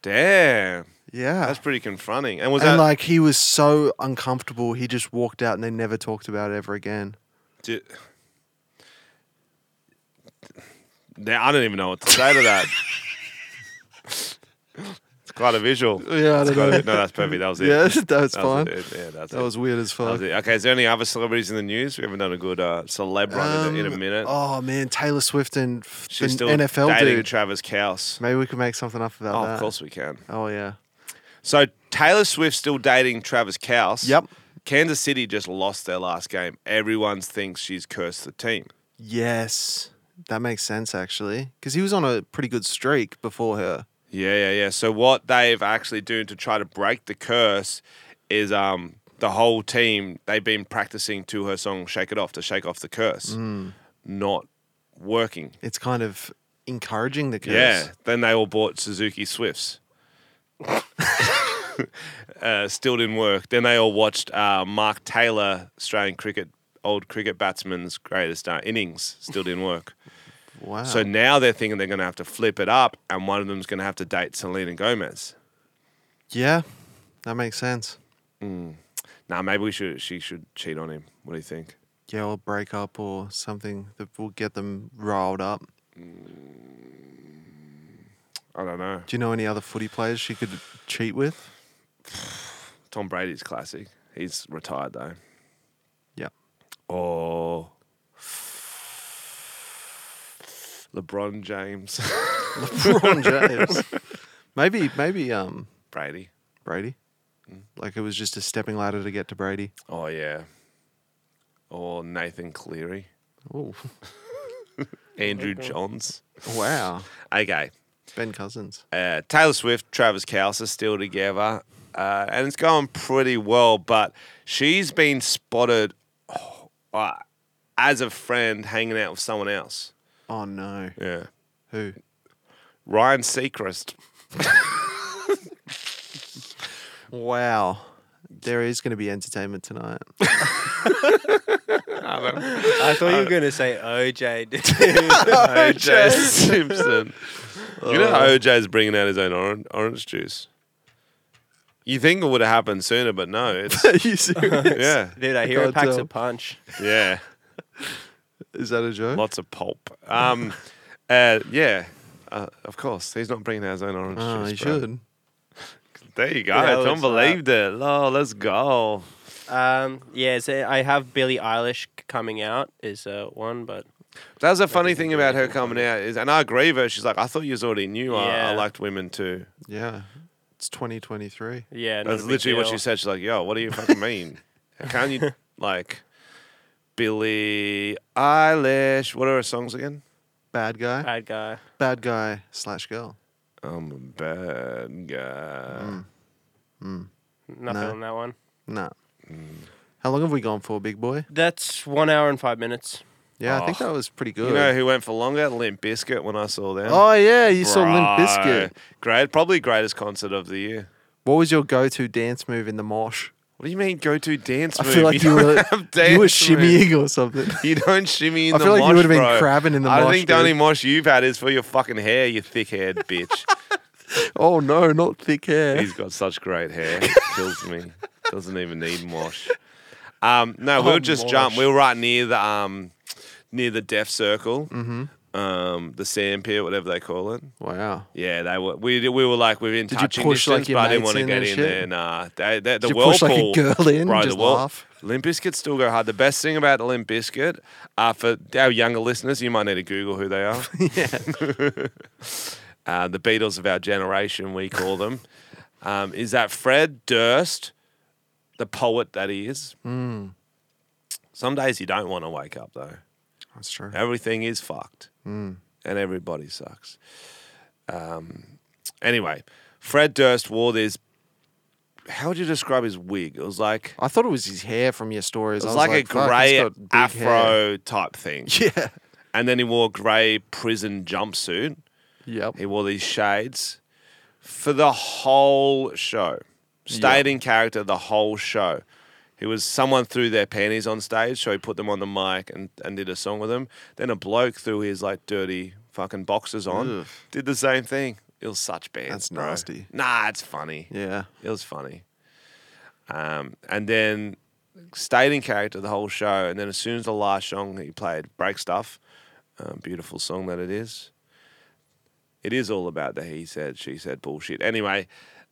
Speaker 2: Damn.
Speaker 1: Yeah.
Speaker 2: That's pretty confronting. And was
Speaker 1: Ah. and
Speaker 2: that
Speaker 1: like he was so uncomfortable, he just walked out and they never talked about it ever again.
Speaker 2: Did, Now, I don't even know what to say to that. it's quite a visual.
Speaker 1: Yeah, I
Speaker 2: It's
Speaker 1: don't
Speaker 2: quite a-
Speaker 1: know.
Speaker 2: no, that's perfect. That was it.
Speaker 1: Yeah, that was fine.
Speaker 2: it. Yeah, that's
Speaker 1: That
Speaker 2: it.
Speaker 1: was weird as
Speaker 2: That
Speaker 1: fuck.
Speaker 2: was it. Okay, is there any other celebrities in the news? We haven't done a good uh, celeb run in, a, in a
Speaker 1: Um,
Speaker 2: minute.
Speaker 1: Oh man, Taylor Swift and f- the
Speaker 2: She's still
Speaker 1: NFL
Speaker 2: dating
Speaker 1: dude.
Speaker 2: Travis Couse.
Speaker 1: Maybe we could make something up about
Speaker 2: Oh,
Speaker 1: that.
Speaker 2: of course we can.
Speaker 1: Oh yeah.
Speaker 2: So Taylor Swift's still dating Travis Couse.
Speaker 1: Yep.
Speaker 2: Kansas City just lost their last game. Everyone thinks she's cursed the team.
Speaker 1: Yes, that makes sense actually, because he was on a pretty good streak before her.
Speaker 2: Yeah, yeah, yeah. So what they've actually doing to try to break the curse is um the whole team they've been practicing to her song "Shake It Off" to shake off the curse, not working.
Speaker 1: It's kind of encouraging the curse.
Speaker 2: Yeah. Then they all bought Suzuki Swifts. uh, still didn't work. Then they all watched uh, Mark Taylor, Australian cricket, old cricket batsman's greatest uh, innings. Still didn't work.
Speaker 1: Wow.
Speaker 2: So now they're thinking they're going to have to flip it up, and one of them's going to have to date Selena Gomez.
Speaker 1: yeah, that makes sense.
Speaker 2: Mm. Now maybe we should. She should cheat on him. What do you think?
Speaker 1: Yeah, or break up or something that will get them riled up.
Speaker 2: I don't know.
Speaker 1: Do you know any other footy players she could cheat with?
Speaker 2: Tom Brady's classic. He's retired though.
Speaker 1: Yeah.
Speaker 2: Or LeBron James.
Speaker 1: LeBron James. maybe, maybe um
Speaker 2: Brady.
Speaker 1: Brady.
Speaker 2: Mm.
Speaker 1: Like it was just a stepping ladder to get to Brady.
Speaker 2: Oh yeah. Or Nathan Cleary.
Speaker 1: Oh,
Speaker 2: Andrew Johns.
Speaker 1: wow.
Speaker 2: Okay.
Speaker 1: Ben Cousins.
Speaker 2: Uh, Taylor Swift, Travis Kelce are still together, uh, and it's going pretty well. But she's been spotted oh, uh, as a friend hanging out with someone else.
Speaker 1: Oh no.
Speaker 2: Yeah,
Speaker 1: Who?
Speaker 2: Ryan Seacrest.
Speaker 1: Wow. There is going to be entertainment tonight.
Speaker 5: I thought you
Speaker 2: Uh,
Speaker 5: were going to say OJ.
Speaker 2: OJ Simpson. You know OJ's bringing out his own orange, orange juice. You think it would have happened sooner, but no. It's,
Speaker 1: Are you serious?
Speaker 2: yeah,
Speaker 5: Dude, I hear it
Speaker 1: Goddamn.
Speaker 5: packs a punch.
Speaker 2: yeah.
Speaker 1: Is that a joke?
Speaker 2: Lots of pulp. Um, uh, yeah, uh, of course. He's not bringing out his own orange
Speaker 1: Ah, you
Speaker 2: juice. bro.
Speaker 1: should.
Speaker 2: There you go.
Speaker 5: Yeah,
Speaker 2: Tom
Speaker 5: it's, uh,
Speaker 2: believed it. Oh, let's go.
Speaker 5: Um, yeah, so I have Billie Eilish c- coming out is uh, one, but
Speaker 2: That was a funny thing about her coming out is, and I agree with her. She's like, I thought you already knew I, I
Speaker 5: Yeah.
Speaker 2: liked women too.
Speaker 1: Yeah. It's 2023.
Speaker 5: yeah, not
Speaker 2: That's
Speaker 5: a big
Speaker 2: literally what
Speaker 5: deal.
Speaker 2: she said. She's like, Yo, what do you fucking mean? How can you like Billie Eilish? What are her songs again?
Speaker 1: Bad guy.
Speaker 5: Bad guy.
Speaker 1: Bad guy slash girl.
Speaker 2: I'm a bad guy.
Speaker 1: Mm.
Speaker 5: Nothing
Speaker 1: No.
Speaker 5: on that one.
Speaker 1: Nah.
Speaker 2: Mm.
Speaker 1: How long have we gone for, big boy?
Speaker 5: That's one hour and five minutes.
Speaker 1: Yeah, I think that was pretty good.
Speaker 2: Oh. You know who went for longer? Limp Biscuit when I saw them.
Speaker 1: oh, yeah. You saw Limp Biscuit.
Speaker 2: Great. Probably greatest concert of the year.
Speaker 1: What was your go to dance move in the mosh?
Speaker 2: What do you mean go to dance
Speaker 1: I
Speaker 2: move?
Speaker 1: feel like you
Speaker 2: don't
Speaker 1: were,
Speaker 2: have
Speaker 1: you were
Speaker 2: dance moves.
Speaker 1: shimmying or something.
Speaker 2: You don't shimmy in
Speaker 1: I
Speaker 2: the
Speaker 1: feel like you
Speaker 2: mosh,
Speaker 1: would've been
Speaker 2: bro.
Speaker 1: crabbing in the
Speaker 2: I
Speaker 1: mosh,
Speaker 2: think the only
Speaker 1: dude.
Speaker 2: mosh you've had is for your fucking hair, you thick-haired bitch.
Speaker 1: Oh, no, not thick hair.
Speaker 2: He's got such great hair. It kills me. Doesn't even need mosh. Um, no, we'll just jump. We were right near the um, near the death circle, mm-hmm. um, the sand pit, whatever they call it.
Speaker 1: Wow.
Speaker 2: Yeah, they were. We, we were like within
Speaker 1: Did you
Speaker 2: touching
Speaker 1: push, like,
Speaker 2: distance,
Speaker 1: your
Speaker 2: but I didn't
Speaker 1: mates
Speaker 2: want to
Speaker 1: in
Speaker 2: get
Speaker 1: and
Speaker 2: in
Speaker 1: shit?
Speaker 2: there. Nah, they, they, the
Speaker 1: Did you
Speaker 2: whirlpool.
Speaker 1: push, like, a girl in and
Speaker 2: Bro,
Speaker 1: just
Speaker 2: the whirl-
Speaker 1: laugh?
Speaker 2: Limp Bizkit still go hard. The best thing about Limp Bizkit, uh, for our younger listeners, you might need to Google who they are. uh, the Beatles of our generation, we call them, um, is that Fred Durst, the poet that he is.
Speaker 1: Hmm.
Speaker 2: Some days you don't want to wake up though.
Speaker 1: That's true.
Speaker 2: Everything is fucked,
Speaker 1: Hmm.
Speaker 2: and everybody sucks. Um, anyway, Fred Durst wore this. How would you describe his wig? It was like
Speaker 1: I thought it was his hair from your stories.
Speaker 2: it was,
Speaker 1: I was
Speaker 2: like,
Speaker 1: like,
Speaker 2: a
Speaker 1: "Fuck,
Speaker 2: grey
Speaker 1: he's got big
Speaker 2: afro
Speaker 1: hair."
Speaker 2: type thing,
Speaker 1: Yeah.
Speaker 2: and then he wore a grey prison jumpsuit.
Speaker 1: Yep.
Speaker 2: He wore these shades for the whole show. Stayed in character the whole show. He was someone threw their panties on stage, so he put them on the mic and, and did a song with them. Then a bloke threw his like dirty fucking boxes on,
Speaker 1: Ugh.
Speaker 2: did the same thing. It was such bad.
Speaker 1: That's
Speaker 2: bro.
Speaker 1: nasty.
Speaker 2: Nah, it's funny.
Speaker 1: Yeah.
Speaker 2: It was funny. Um, and then stayed in character the whole show. And then as soon as the last song that he played, Break Stuff, um, beautiful song that it is, it is all about the he said, she said bullshit. Anyway,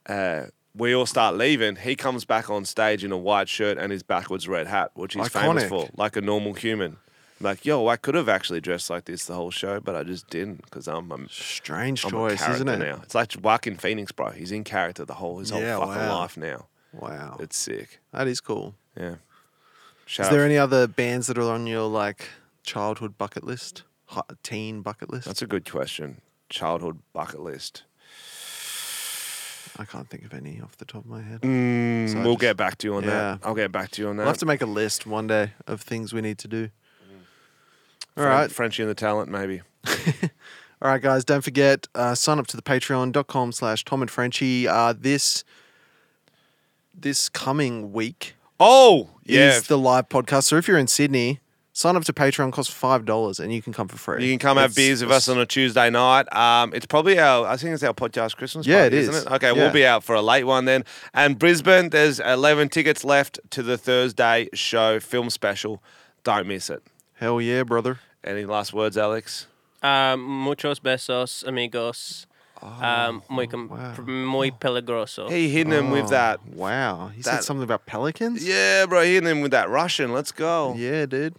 Speaker 2: uh, we all start leaving. He comes back on stage in a white shirt and his backwards red hat, which he's famous
Speaker 1: Iconic.
Speaker 2: for, like a normal human. Like, yo, I could have actually dressed like this the whole show, but I just didn't because I'm a
Speaker 1: Strange
Speaker 2: I'm a
Speaker 1: choice,
Speaker 2: character
Speaker 1: isn't it?
Speaker 2: now. It's like Joaquin Phoenix, bro. He's in character the whole his whole
Speaker 1: Yeah,
Speaker 2: fucking
Speaker 1: wow.
Speaker 2: life now.
Speaker 1: Wow.
Speaker 2: It's sick.
Speaker 1: that is cool.
Speaker 2: Yeah. Shout
Speaker 1: Is
Speaker 2: out
Speaker 1: there
Speaker 2: f-
Speaker 1: any other bands that are on your like childhood bucket list, Hi- teen bucket list?
Speaker 2: That's a good question. Childhood bucket list.
Speaker 1: I can't think of any off the top of my head.
Speaker 2: Mm,
Speaker 1: So I
Speaker 2: we'll
Speaker 1: just-
Speaker 2: get back to you on that.
Speaker 1: Hmm. Yeah.
Speaker 2: I'll get back to you on that.
Speaker 1: We'll have to make a list one day of things we need to do.
Speaker 2: Mm.
Speaker 1: All
Speaker 2: Fren-
Speaker 1: right.
Speaker 2: Frenchie and the talent, maybe.
Speaker 1: All right, guys, don't forget, uh, sign up to the patreon.com slash Tom and Frenchie. Uh, this, this coming week
Speaker 2: Oh, yeah.
Speaker 1: is the live podcast. So if you're in Sydney, sign up to Patreon, costs $5 and you can come for free.
Speaker 2: You can come have
Speaker 1: It's-
Speaker 2: beers with us on a Tuesday night. Um, it's probably our, I think it's our podcast Christmas
Speaker 1: Yeah,
Speaker 2: party,
Speaker 1: it
Speaker 2: isn't
Speaker 1: is.
Speaker 2: it? Okay,
Speaker 1: Yeah.
Speaker 2: we'll be out for a late one then. And Brisbane, there's 11 tickets left to the Thursday show film special. Don't miss it.
Speaker 1: Hell yeah, brother.
Speaker 2: Any last words, Alex?
Speaker 5: Um, muchos besos, amigos.
Speaker 2: Oh,
Speaker 5: um, muy, com- muy peligroso.
Speaker 2: He hitting him
Speaker 1: Oh.
Speaker 2: with that.
Speaker 1: Wow. He said
Speaker 2: That-
Speaker 1: something about pelicans?
Speaker 2: Yeah, bro, hitting him with that Russian. Let's go.
Speaker 1: Yeah, dude.